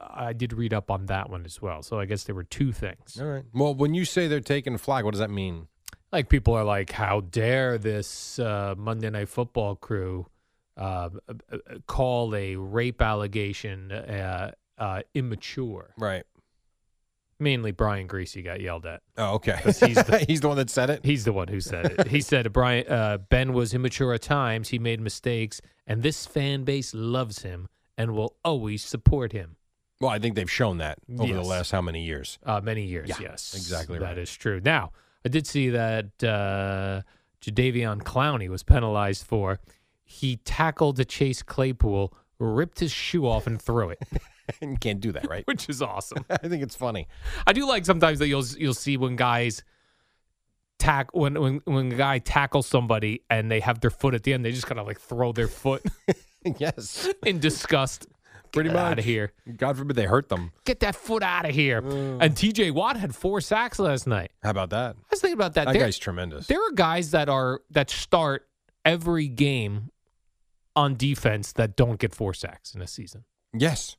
S2: I did read up on that one as well. So I guess there were two things.
S1: All right. Well, when you say they're taking a flag, what does that mean?
S2: Like people are like, "How dare this uh, Monday Night Football crew uh, uh, uh, call a rape allegation uh, uh, immature?"
S1: Right.
S2: Mainly, Brian Greasy got yelled at.
S1: Oh, okay.
S2: 'Cause he's the-
S1: he's the one that said it.
S2: He's the one who said it. He said Brian uh, Ben was immature at times. He made mistakes, and this fan base loves him and will always support him.
S1: Well, I think they've shown that over the
S2: Yes.
S1: last how many years?
S2: Uh, many years,
S1: Yeah,
S2: yes,
S1: exactly right.
S2: That is true. Now, I did see that uh, Jadavion Clowney was penalized for he tackled the Chase Claypool, ripped his shoe off, and threw it,
S1: you can't do that, right?
S2: which is awesome.
S1: I think it's funny.
S2: I do like sometimes that you'll you'll see when guys tack when when when a guy tackles somebody and they have their foot at the end, they just kind of like throw their foot
S1: yes,
S2: in disgust.
S1: Pretty
S2: Get
S1: much.
S2: out of here.
S1: God forbid they hurt them.
S2: Get that foot out of here.
S1: Mm.
S2: And T.J. Watt had four sacks last night.
S1: How about that?
S2: I was thinking about that.
S1: That
S2: There-
S1: guy's tremendous.
S2: There are guys that are that start every game on defense that don't get four sacks in a season.
S1: Yes,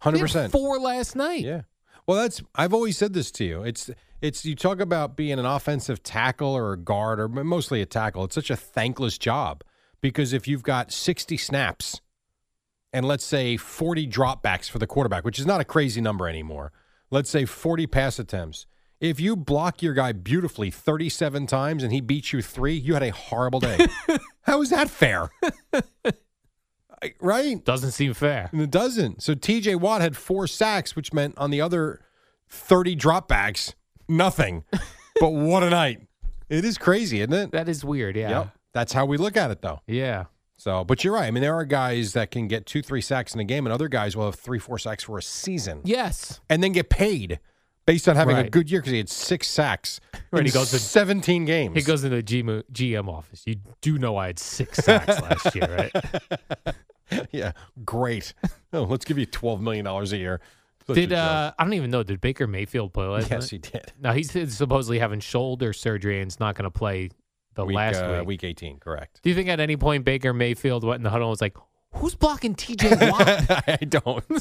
S2: They
S1: hundred
S2: had
S1: percent.
S2: Four last night.
S1: Yeah. Well, that's I've always said this to you. It's it's you talk about being an offensive tackle or a guard or mostly a tackle. It's such a thankless job because if you've got sixty snaps and let's say forty dropbacks for the quarterback, which is not a crazy number anymore. Let's say forty pass attempts. If you block your guy beautifully 37 times and he beats you three, you had a horrible day. How is that fair? I- right?
S2: Doesn't seem fair.
S1: And it doesn't. So TJ Watt had four sacks, which meant on the other 30 dropbacks, nothing. but what a night. It is crazy, isn't it?
S2: That is weird. Yeah.
S1: Yep. That's how we look at it, though.
S2: Yeah.
S1: So, but you're right. I mean, there are guys that can get two, three sacks in a game, and other guys will have three, four sacks for a season
S2: Yes.
S1: and then get paid based on having a
S2: Right.
S1: good year because he had six sacks.
S2: Right,
S1: in
S2: he goes to-
S1: 17 games.
S2: He goes into the GM, GM office. You do know I had six sacks last year, right?
S1: yeah, great. Oh, let's give you $12 million a year. Such a
S2: Did
S1: joke.
S2: uh, I don't even know. Did Baker Mayfield play last
S1: yes,
S2: night?
S1: he did.
S2: Now he's supposedly having shoulder surgery and is not going to play the
S1: Week,
S2: last
S1: uh,
S2: week.
S1: week 18, correct.
S2: Do you think at any point Baker Mayfield went in the huddle and was like, "Who's blocking T.J. Watt?"
S1: I don't. Do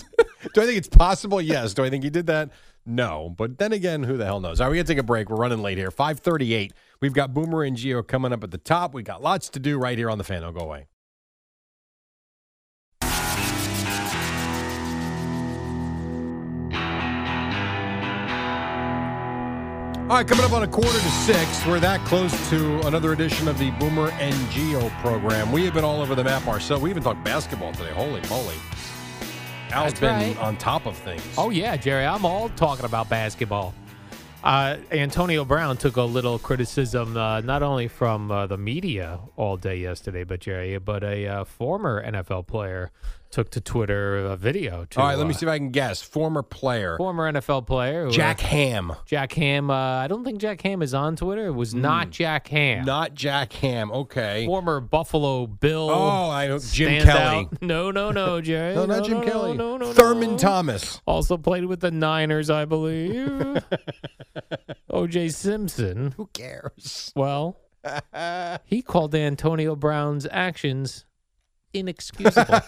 S1: I think it's possible? Yes. Do I think he did that? No. But then again, who the hell knows? All right, we got to take a break. We're running late here. 538. We've got Boomer and Geo coming up at the top. We got lots to do right here on the fan. Don't go away. All right, coming up on a quarter to six, we're that close to another edition of the Boomer and Geo program. We have been all over the map ourselves. We even talked basketball today. Holy moly. Al's
S2: That's
S1: been
S2: right.
S1: on top of things.
S2: Oh yeah, Jerry, I'm all talking about basketball. Uh, Antonio Brown took a little criticism, uh, not only from uh, the media all day yesterday, but Jerry, but a uh, former NFL player took to Twitter a video. To,
S1: All right, let me
S2: uh,
S1: see if I can guess. Former player.
S2: Former NFL player. who- uh,
S1: Jack Ham.
S2: Jack Ham. Uh, I don't think Jack Ham is on Twitter. It
S1: Hmm.
S2: was not Jack Ham.
S1: Not Jack Ham. Okay.
S2: Former Buffalo Bill.
S1: Oh, I know. Jim
S2: standout.
S1: Kelly.
S2: No, no, no, Jerry.
S1: No, not Jim
S2: no,
S1: Kelly.
S2: No, no, no,
S1: Thurman
S2: no.
S1: Thomas.
S2: Also played with the Niners, I believe. O.J. Simpson.
S1: Who cares?
S2: Well, he called Antonio Brown's actions inexcusable.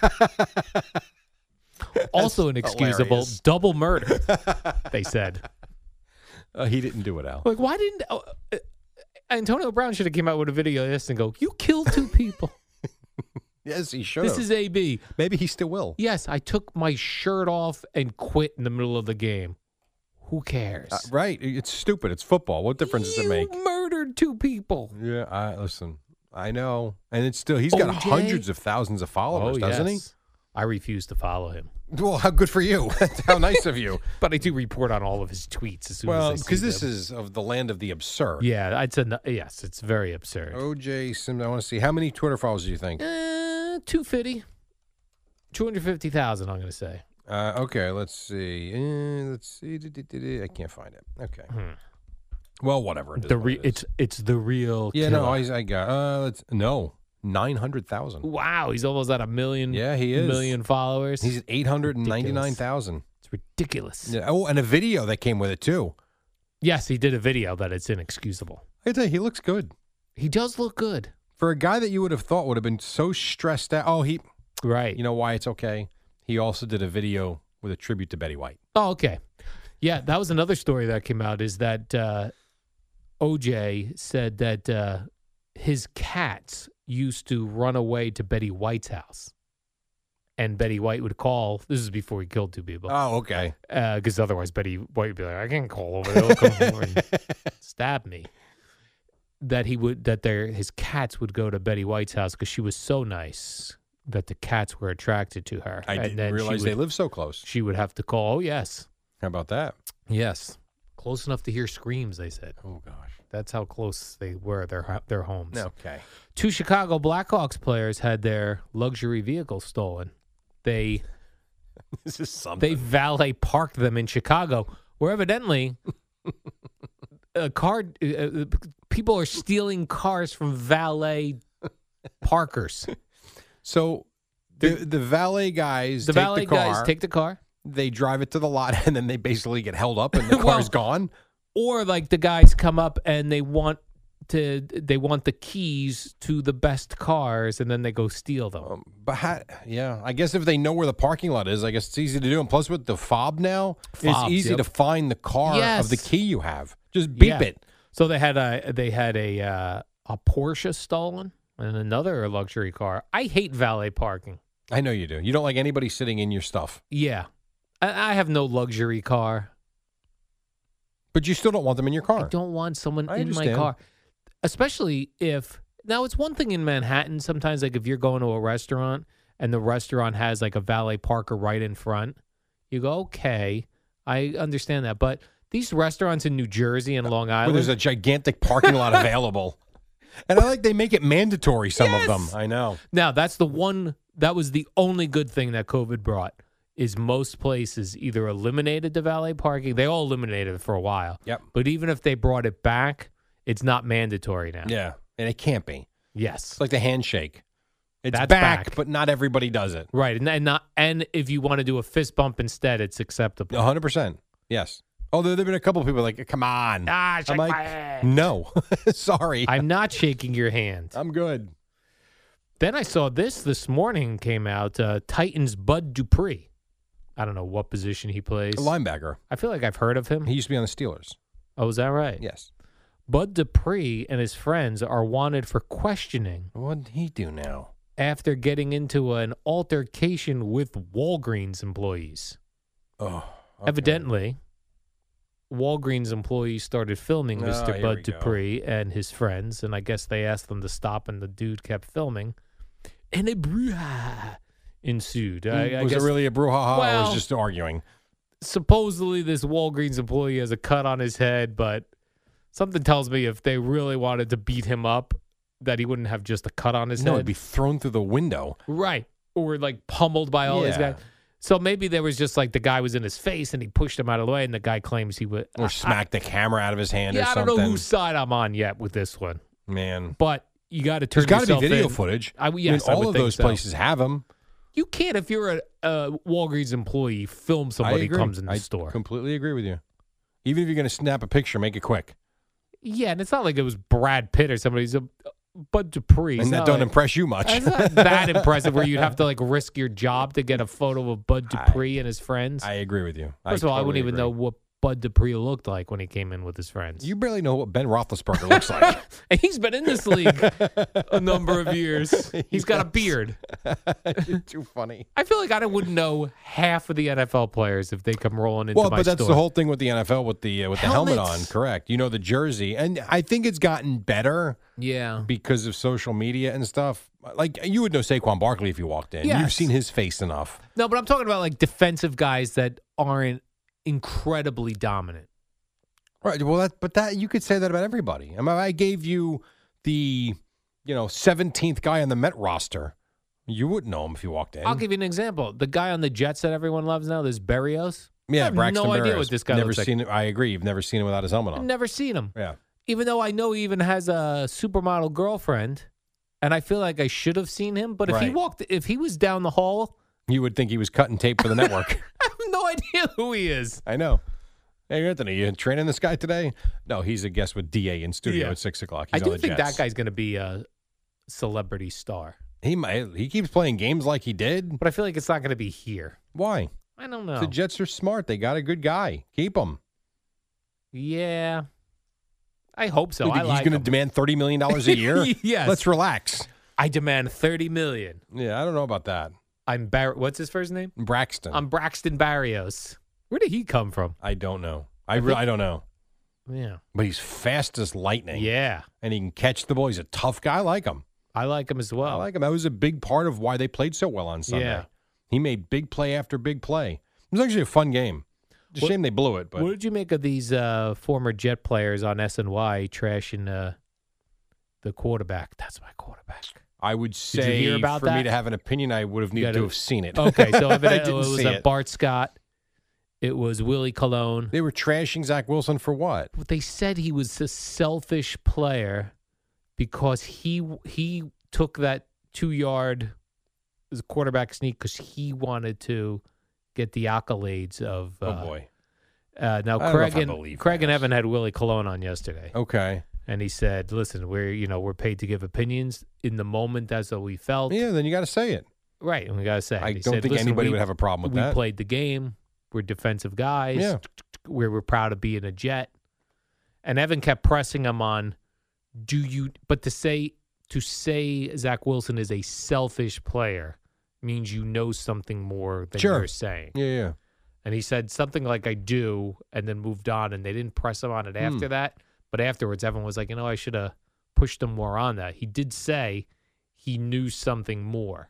S2: also inexcusable,
S1: hilarious.
S2: double murder. They said.
S1: Uh, he didn't do it, Al.
S2: Like, why didn't oh, uh, Antonio Brown should have came out with a video of this and go, "You killed two people.
S1: Yes, he should.
S2: this is AB.
S1: Maybe he still will.
S2: Yes, I took my shirt off and quit in the middle of the game. Who cares?
S1: Uh, right. It's stupid. It's football. What difference does it make?
S2: Murdered two people.
S1: Yeah, I listen. I know, and it's still he's got
S2: OJ?
S1: hundreds of thousands of followers,
S2: oh,
S1: doesn't
S2: yes. I refuse to follow him,
S1: he? Well, how good for you. how nice of you.
S2: but I do report on all of his tweets as soon as
S1: Well,
S2: I see
S1: because this
S2: them.
S1: is of the land of the absurd.
S2: yeah, I'd say no- yes. It's very absurd.
S1: OJ Simpson. I want to see how many Twitter followers do you think?
S2: Uh, 250. 250,000, I'm going to say.
S1: Uh, okay, let's see. Uh, let's see. I can't find it. Okay. Well, whatever. It is
S2: Hmm. The
S1: what
S2: re-
S1: it is.
S2: it's it's the real
S1: yeah, no,
S2: killer.
S1: I, I got. Uh, let's no nine hundred thousand.
S2: Wow, he's almost at a million
S1: Yeah, he is.
S2: million followers.
S1: He's at eight hundred and ninety nine thousand.
S2: it's ridiculous.
S1: Yeah. Oh, and a video that came with it too.
S2: Yes, he did a video that it's inexcusable.
S1: I tell you, he looks good.
S2: He does look good.
S1: for a guy that you would have thought would have been so stressed out. Oh, he,
S2: Right.
S1: you know why it's okay. He also did a video with a tribute to Betty White.
S2: Oh, okay. Yeah, that was another story that came out is that uh, OJ said that uh, his cats used to run away to Betty White's house. And Betty White would call. This is before he killed two people.
S1: Oh, okay.
S2: Because Uh, otherwise, Betty White would be like, I can't call over. They'll come over and stab me. That he would, that their his cats would go to Betty White's house because she was so nice that the cats were attracted to her.
S1: I
S2: And
S1: didn't
S2: then she
S1: realize they
S2: would-
S1: live so close.
S2: She would have to call. Oh, yes.
S1: How about that?
S2: Yes. Close enough to hear screams, they said.
S1: Oh gosh.
S2: That's how close they were their ho- their homes.
S1: Okay.
S2: Two Chicago Blackhawks players had their luxury vehicles stolen. They
S1: This is something.
S2: they valet parked them in Chicago, where evidently a car uh, uh, people are stealing cars from valet parkers.
S1: so the the valet guys
S2: The
S1: take
S2: valet
S1: the car,
S2: guys take the car,
S1: they drive it to the lot, and then they basically get held up, and the
S2: Well-
S1: car's gone.
S2: or like the guys come up and they want to they want the keys to the best cars, and then they go steal them.
S1: Um, but how, yeah, I guess if they know where the parking lot is, I guess it's easy to do. And plus, with the fob now,
S2: Fobs,
S1: it's easy
S2: yep.
S1: to find the car of the
S2: Yes.
S1: key you have. Just beep
S2: Yeah.
S1: it.
S2: So they had a they had a uh, a Porsche stolen and another luxury car. I hate valet parking.
S1: I know you do. You don't like anybody sitting in your stuff,
S2: Yeah, I, I have no luxury car.
S1: but you still don't want them in your
S2: I
S1: car.
S2: don't want someone
S1: I
S2: in my
S1: understand.
S2: car, especially if now it's one thing in Manhattan. Sometimes like if you're going to a restaurant and the restaurant has like a valet parker right in front, you go okay, I understand that, but. These restaurants in New Jersey and Long
S1: Where
S2: Island,
S1: there's a gigantic parking lot available, and I like they make it mandatory. Some of them,
S2: Yes.
S1: I know.
S2: Now that's the one. That was the only good thing that COVID brought is most places either eliminated the valet parking. They all eliminated it for a while.
S1: Yep.
S2: But even if they brought it back, it's not mandatory now.
S1: Yeah, and it can't be.
S2: Yes.
S1: It's like the handshake. It's
S2: That's
S1: back,
S2: back.
S1: but not everybody does it.
S2: right. And, and not. And if you want to do a fist bump instead, it's acceptable.
S1: One hundred percent. Yes. Although there've been a couple people like, "Come on,
S2: Ah, shake
S1: I'm
S2: my
S1: like,
S2: hand.
S1: no, sorry,
S2: I'm not shaking your hand.
S1: I'm good."
S2: Then I saw this this morning came out. Uh, Titans Bud Dupree. I don't know what position he plays.
S1: A linebacker.
S2: I feel like I've heard of him.
S1: He used to be on the Steelers.
S2: oh, is that right?
S1: Yes.
S2: Bud Dupree and his friends are wanted for questioning
S1: What did he do now?
S2: after getting into an altercation with Walgreens employees.
S1: Oh, okay.
S2: Evidently, Walgreens employees started filming
S1: Ah,
S2: Mr.
S1: here
S2: Bud
S1: we go.
S2: Dupree and his friends, and I guess they asked them to stop, and the dude kept filming. And a brouhaha ensued. I, I
S1: was
S2: guess
S1: it really a brouhaha? or
S2: Well-
S1: was it just arguing?
S2: supposedly this Walgreens employee has a cut on his head, but something tells me if they really wanted to beat him up, that he wouldn't have just a cut on his
S1: no,
S2: head.
S1: it'd be thrown through the window.
S2: Right. were like pummeled by all these
S1: Yeah.
S2: guys. So maybe there was just like the guy was in his face and he pushed him out of the way, and the guy claims he would
S1: or smack the camera out of his hand
S2: Yeah,
S1: or
S2: I don't
S1: something.
S2: know whose side I'm on yet with this one,
S1: man.
S2: but you got to turn.
S1: There's got to
S2: yourself
S1: be video
S2: in.
S1: footage.
S2: I, yes,
S1: mean, all
S2: would
S1: of
S2: think
S1: those
S2: so.
S1: places have them.
S2: You can't if you're a, a Walgreens employee film
S1: I
S2: somebody
S1: agree.
S2: comes in the
S1: I
S2: store.
S1: Completely agree with you. Even if you're going to snap a picture, make it quick,
S2: Yeah, and it's not like it was Brad Pitt or somebody's a Bud Dupree. It's
S1: and that
S2: not
S1: don't
S2: like-
S1: impress you much.
S2: That's not that impressive where you'd have to like risk your job to get a photo of Bud Dupree and his friends.
S1: I agree with you.
S2: First of all, I wouldn't
S1: totally
S2: even
S1: agree.
S2: know what Bud Dupree looked like when he came in with his friends.
S1: You barely know what Ben Roethlisberger looks like.
S2: And he's been in this league a number of years. He's got a beard.
S1: Too funny.
S2: I feel like I wouldn't know half of the NFL players if they come rolling into
S1: Well,
S2: my
S1: but that's the
S2: store.
S1: whole thing with the NFL with the uh, with the helmet on,
S2: Helmets.
S1: correct? You know the jersey, and I think it's gotten better
S2: Yeah.
S1: because of social media and stuff. Like you would know Saquon Barkley if you walked in. You've
S2: Yes.
S1: seen his face enough.
S2: No, but I'm talking about like defensive guys that aren't incredibly dominant.
S1: Right. Well, that but that you could say that about everybody. I mean, I gave you the you know seventeenth guy on the Met roster. You wouldn't know him if you walked in.
S2: I'll give you an example. The guy on the Jets that everyone loves now, this Berrios. I
S1: yeah,
S2: have
S1: Braxton
S2: no idea
S1: Berrios.
S2: what this guy
S1: Never
S2: looks
S1: seen him. I agree. You've never seen him without his helmet
S2: like. I've
S1: on.
S2: never seen him.
S1: Yeah.
S2: Even though I know he even has a supermodel girlfriend, and I feel like I should have seen him. But if he
S1: Right.
S2: walked, if he was down the hall,
S1: You would think he was cutting tape for the network.
S2: I have no idea who he is.
S1: I know. Hey Anthony, you training this guy today? No, he's a guest with DA in studio
S2: Yeah.
S1: at six o'clock.
S2: I
S1: He's
S2: do
S1: on the
S2: think
S1: Jets.
S2: that guy's going to be a celebrity star,
S1: He might. He keeps playing games like he did.
S2: but I feel like it's not going to be here.
S1: Why?
S2: I don't know.
S1: The Jets are smart. They got a good guy. Keep him.
S2: yeah, I hope so.
S1: You
S2: I
S1: think
S2: like
S1: he's going
S2: him.
S1: to demand thirty million dollars a year.
S2: Yes.
S1: Let's relax.
S2: I demand thirty million.
S1: Yeah, I don't know about that.
S2: I'm Bar- What's his first name?
S1: Braxton.
S2: I'm Braxton Barrios. Where did he come from?
S1: I don't know. I, re-
S2: think-
S1: I don't know.
S2: Yeah,
S1: But he's fast as lightning.
S2: yeah.
S1: And he can catch the ball. He's a tough guy. I like him.
S2: I like him as
S1: I
S2: well.
S1: like him. That was a big part of why they played so well on Sunday.
S2: Yeah.
S1: He made big play after big play. It was actually a fun game. It's a
S2: What-
S1: shame they blew it, but
S2: What did you make of these uh, former Jet players on SNY trashing uh, the quarterback? That's my quarterback.
S1: I would
S2: you
S1: say
S2: hear about
S1: for me
S2: that?
S1: to have an opinion, I would have needed
S2: gotta-
S1: to have seen it.
S2: Okay, so
S1: I
S2: evidently it
S1: didn't
S2: was
S1: see
S2: uh,
S1: it.
S2: Bart Scott. It was Willie Colon.
S1: They were trashing Zach Wilson for what?
S2: But They said he was a selfish player because he he took that two yard quarterback sneak because he wanted to get the accolades of. Uh,
S1: oh boy.
S2: Uh, now
S1: I don't know
S2: Craig
S1: if I
S2: and
S1: believe
S2: Craig and
S1: that. Oh.
S2: Evan had Willie Colon on yesterday.
S1: Okay.
S2: and he said, "Listen, we're you know we're paid to give opinions in the moment. That's what we felt,
S1: Yeah, then you got to say it.
S2: right?" And we gotta say, it.
S1: I
S2: He
S1: don't
S2: said,
S1: think
S2: "Listen,
S1: anybody
S2: we-
S1: would have a problem with
S2: we
S1: that."
S2: played the game. We're defensive guys.
S1: Yeah.
S2: We're we're proud of being a Jet." And Evan kept pressing him on, "Do you?" But to say to say Zach Wilson is a selfish player means you know something more than
S1: Sure.
S2: you're saying.
S1: Yeah, yeah.
S2: And he said something like, I do, and then moved on. And they didn't press him on it after
S1: Hmm.
S2: that. But afterwards, Evan was like, you know, I should have pushed him more on that. He did say he knew something more.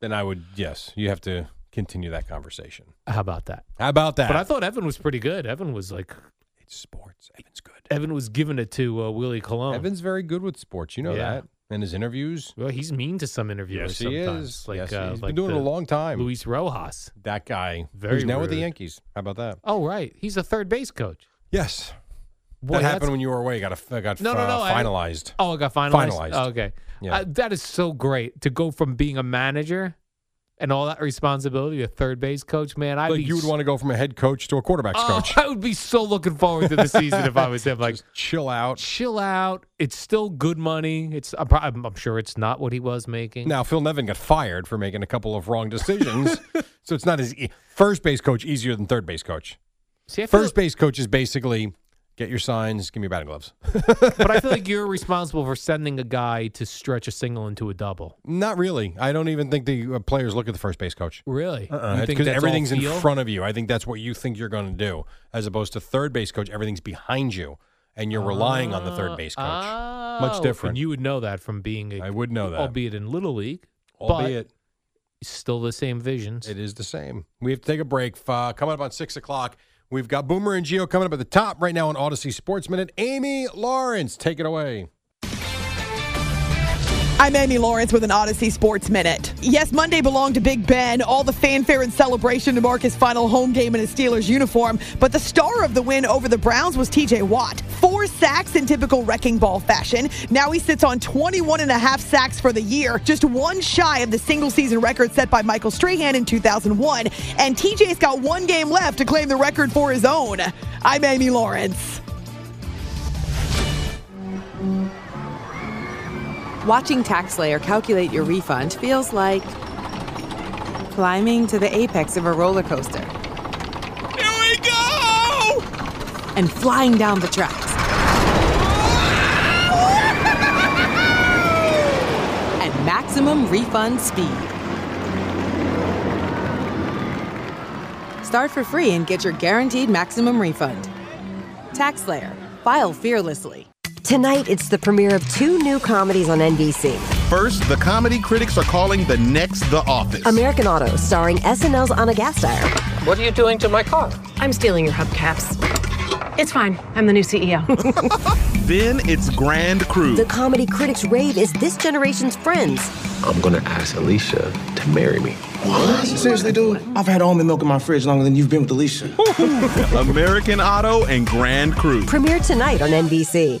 S1: Then I would, yes, you have to continue that conversation.
S2: How about that?
S1: How about that?
S2: But I thought Evan was pretty good. Evan was like,
S1: it's sports. Evan's good.
S2: Evan was giving it to uh, Willie Colon.
S1: Evan's very good with sports. You know
S2: Yeah.
S1: that. And his interviews.
S2: well, he's mean to some interviewers
S1: Yes, he
S2: sometimes.
S1: is.
S2: Like,
S1: yes,
S2: uh,
S1: he's
S2: like
S1: been doing it a
S2: the
S1: long time.
S2: Luis Rojas.
S1: that guy.
S2: Very
S1: He's now with the
S2: rude.
S1: Yankees. How about that?
S2: Oh, right. He's a third base coach.
S1: Yes.
S2: Boy,
S1: that
S2: that's-
S1: happened when you were away. Got a, got
S2: No,
S1: uh,
S2: no, no, I-
S1: finalized.
S2: Oh, it got finalized.
S1: Finalized.
S2: Oh, okay,
S1: Yeah.
S2: Uh, that is so great to go from being a manager and all that responsibility to third base coach. Man, I'd
S1: like
S2: be
S1: you would
S2: s-
S1: want to go from a head coach to a quarterbacks
S2: Oh,
S1: coach.
S2: I would be so looking forward to the season if I was him. Like,
S1: Just chill out.
S2: chill out. It's still good money. It's I'm, prob- I'm, I'm sure it's not what he was making.
S1: Now Phil Nevin got fired for making a couple of wrong decisions, so it's not as e- first base coach easier than third base coach.
S2: See, I feel,
S1: First base coach is basically get your signs, give me your batting gloves.
S2: but I feel like you're responsible for sending a guy to stretch a single into a double.
S1: Not really. I don't even think the uh, players look at the first base coach.
S2: Really? You Uh, think
S1: Because
S2: that's all
S1: Uh-uh. everything's in
S2: feel?
S1: front of you. I think that's what you think you're going to do, as opposed to third base coach. Everything's behind you, and you're relying on the third base coach.
S2: Oh, and
S1: different.
S2: you would know that from being a
S1: I would know that,
S2: albeit in little league,
S1: albeit
S2: but still the same visions.
S1: It is the same. We have to take a break. Uh, coming up on six o'clock, we've got Boomer and Geo coming up at the top right now on Odyssey Sports Minute. Amy Lawrence, take it away.
S10: I'm Amy Lawrence with an Odyssey Sports Minute. Yes, Monday belonged to Big Ben. All the fanfare and celebration to mark his final home game in his Steelers uniform. But the star of the win over the Browns was TJ Watt. Four sacks in typical wrecking ball fashion. Now he sits on 21 and a half sacks for the year, just one shy of the single season record set by Michael Strahan in 2001. And TJ's got one game left to claim the record for his own. I'm Amy Lawrence.
S11: Watching TaxSlayer calculate your refund feels like climbing to the apex of a roller coaster. Here we go! And flying down the tracks. At maximum refund speed. Start for free and get your guaranteed maximum refund. TaxSlayer. File fearlessly.
S12: Tonight, it's the premiere of two new comedies on NBC.
S13: First, the comedy critics are calling the next The Office.
S12: American Auto, starring SNL's Anna Gasteyer.
S14: What are you doing to my car? I'm stealing your hubcaps. It's fine. I'm the new CEO.
S13: Then it's Grand Crew.
S12: The comedy critics rave is this generation's friends.
S15: I'm gonna ask Alicia to marry me.
S16: What? Seriously, dude? I've had almond milk in my fridge longer than you've been with Alicia.
S13: American Auto and Grand Crew.
S12: Premiere tonight on NBC.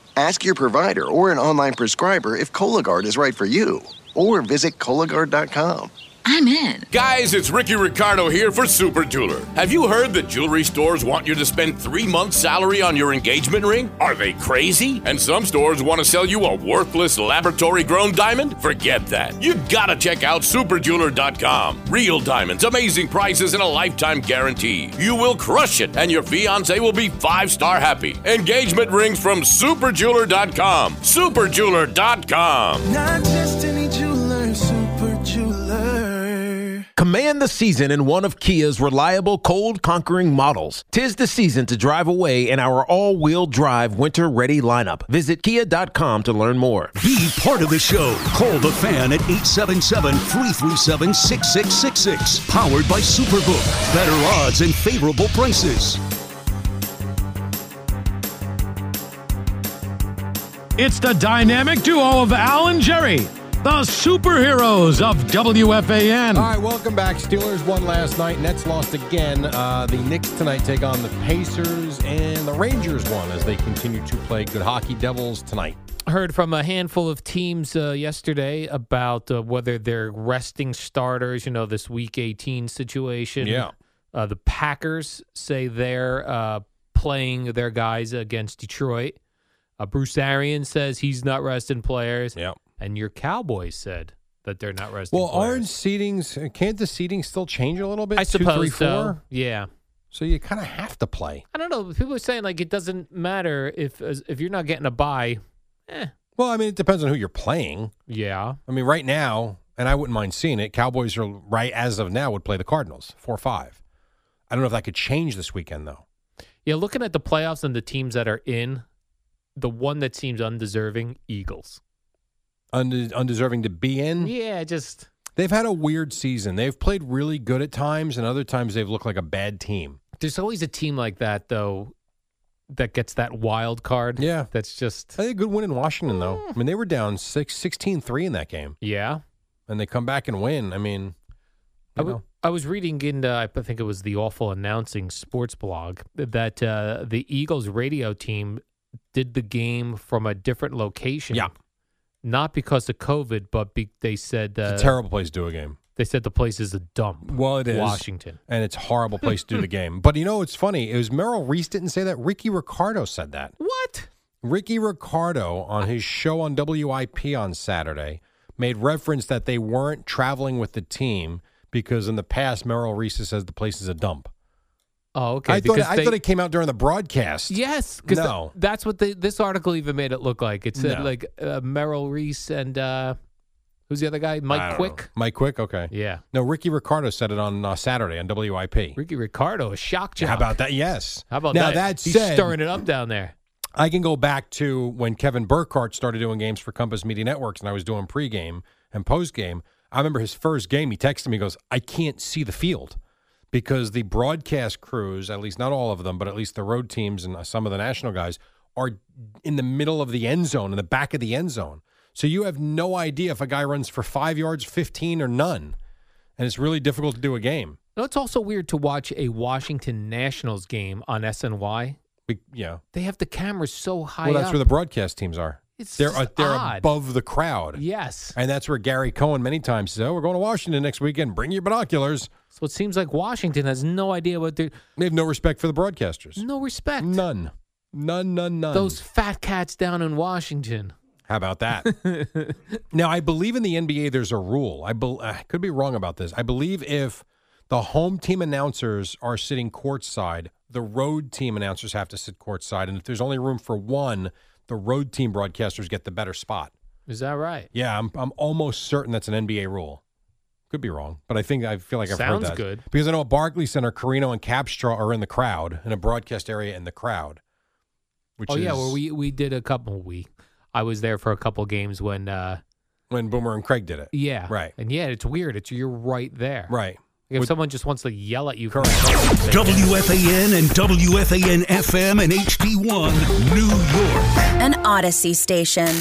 S17: Ask your provider or an online prescriber if Cologuard is right for you, or visit Cologuard.com.
S18: I'm in.
S19: Guys, it's Ricky Ricardo here for Super Jeweler. Have you heard that jewelry stores want you to spend three months' salary on your engagement ring? Are they crazy? And some stores want to sell you a worthless laboratory grown diamond? Forget that. You gotta check out superjeweler.com. Real diamonds, amazing prices, and a lifetime guarantee. You will crush it, and your fiance will be five star happy. Engagement rings from superjeweler.com. Superjeweler.com.
S20: Not just any jeweler, super jeweler.
S21: Command the season in one of Kia's reliable cold conquering models. Tis the season to drive away in our all-wheel drive winter ready lineup. Visit kia.com to learn more.
S22: Be part of the show. Call the fan at 877 337 6666. Powered by Superbook. Better odds and favorable prices.
S3: It's the dynamic duo of Al and Jerry, the superheroes of WFAN.
S1: All right, welcome back. Steelers won last night. Nets lost again. Uh, the Knicks tonight take on the Pacers, and the Rangers won as they continue to play good hockey. Devils tonight.
S2: heard from a handful of teams uh, yesterday about uh, whether they're resting starters, you know, this week 18 situation.
S1: Yeah.
S2: Uh, the Packers say they're uh, playing their guys against Detroit. Uh, Bruce Arians says he's not resting players.
S1: Yeah.
S2: And your Cowboys said that they're not resting
S1: Well,
S2: players.
S1: aren't seedings? Can't the seeding still change a little bit?
S2: I
S1: Two, three,
S2: suppose so.
S1: four?
S2: Yeah.
S1: So you kind of have to play.
S2: I don't know. People are saying like it doesn't matter if as- if you're not getting a buy.
S1: Well, I mean, it depends on who you're playing.
S2: Yeah.
S1: I mean, right now, and I wouldn't mind seeing it. Cowboys are right as of now would play the Cardinals four five. I don't know if that could change this weekend though.
S2: Yeah, looking at the playoffs and the teams that are in, the one that seems undeserving, Eagles.
S1: Unde- undeserving to be in.
S2: Yeah, just
S1: They've had a weird season. They've played really good at times, and other times they've looked like a bad team.
S2: there's always a team like that though that gets that wild card.
S1: Yeah.
S2: That's just
S1: They had a good win in Washington, though. I mean, they were down six, 16-3 in that game,
S2: yeah.
S1: and they come back and win. I mean,
S2: I, w- I was reading in, uh, I think it was the Awful Announcing Sports blog, that uh, the Eagles radio team did the game from a different location.
S1: Yeah.
S2: Not because of COVID, but be- they said uh,
S1: it's a terrible place to do a game.
S2: They said the place is a dump.
S1: Well, it is
S2: Washington.
S1: and it's a horrible place to do the game. But you know what's funny? It was Merrill Reese didn't say that. Ricky Ricardo said that.
S2: What?
S1: Ricky Ricardo on his show on WIP on Saturday made reference that they weren't traveling with the team because in the past Merrill Reese says the place is a dump.
S2: Oh, okay.
S1: I thought
S2: because
S1: I
S2: they-
S1: thought it came out during the broadcast.
S2: Yes, because
S1: No.
S2: that's what the, this article even made it look like. It said
S1: No.
S2: like uh, Merrill Reese and uh, who's the other guy?
S1: I
S2: Mike
S1: don't
S2: Quick.
S1: know. Mike Quick. Okay.
S2: Yeah.
S1: No, Ricky Ricardo said it on uh, Saturday on WIP.
S2: Ricky Ricardo, a shock job.
S1: How about that? Yes.
S2: How about
S1: now
S2: that?
S1: That
S2: He's
S1: said,
S2: stirring it up down there.
S1: I can go back to when Kevin Burkhardt started doing games for Compass Media Networks and I was doing pregame and postgame. I remember his first game, he texted me, he goes, I can't see the field because the broadcast crews, at least not all of them, but at least the road teams and some of the national guys, are in the middle of the end zone, in the back of the end zone. So you have no idea if a guy runs for five yards, 15, or none. And it's really difficult to do a game.
S2: No, it's also weird to watch a Washington Nationals game on SNY.
S1: We, yeah.
S2: They have the cameras so high.
S1: Well, that's
S2: up.
S1: where the broadcast teams are.
S2: uh, It's
S1: they're uh,
S2: just
S1: they're
S2: odd.
S1: above the crowd.
S2: Yes.
S1: And that's where Gary Cohen many times says, "Oh, we're going to Washington next weekend. Bring your binoculars."
S2: So it seems like Washington has no idea what they're.
S1: They have no respect for the broadcasters.
S2: No respect.
S1: None. None. None. None.
S2: Those fat cats down in Washington.
S1: How about that? now, I believe in the NBA. There's a rule. I, bel I could be wrong about this. I believe if the home team announcers are sitting courtside, the road team announcers have to sit courtside, and if there's only room for one, the road team broadcasters get the better spot.
S2: Is that right?
S1: Yeah, I'm I'm almost certain that's an NBA rule. Could be wrong, but I think I feel like I've
S2: Sounds
S1: heard that.
S2: good.
S1: Because I know at Barclays Center, Carino and Capstra are in the crowd in a broadcast area in the crowd. Which
S2: oh
S1: is
S2: yeah, well we we did a couple. We, I was there for a couple games when. uh
S1: when Boomer and Craig did it.
S2: Yeah.
S1: Right.
S2: And yeah, it's weird. It's you're right there.
S1: Right.
S2: Like, if
S1: Would-
S2: someone just wants to yell at you, from
S22: WFAN and WFAN FM and HD1, New York.
S23: An Odyssey station.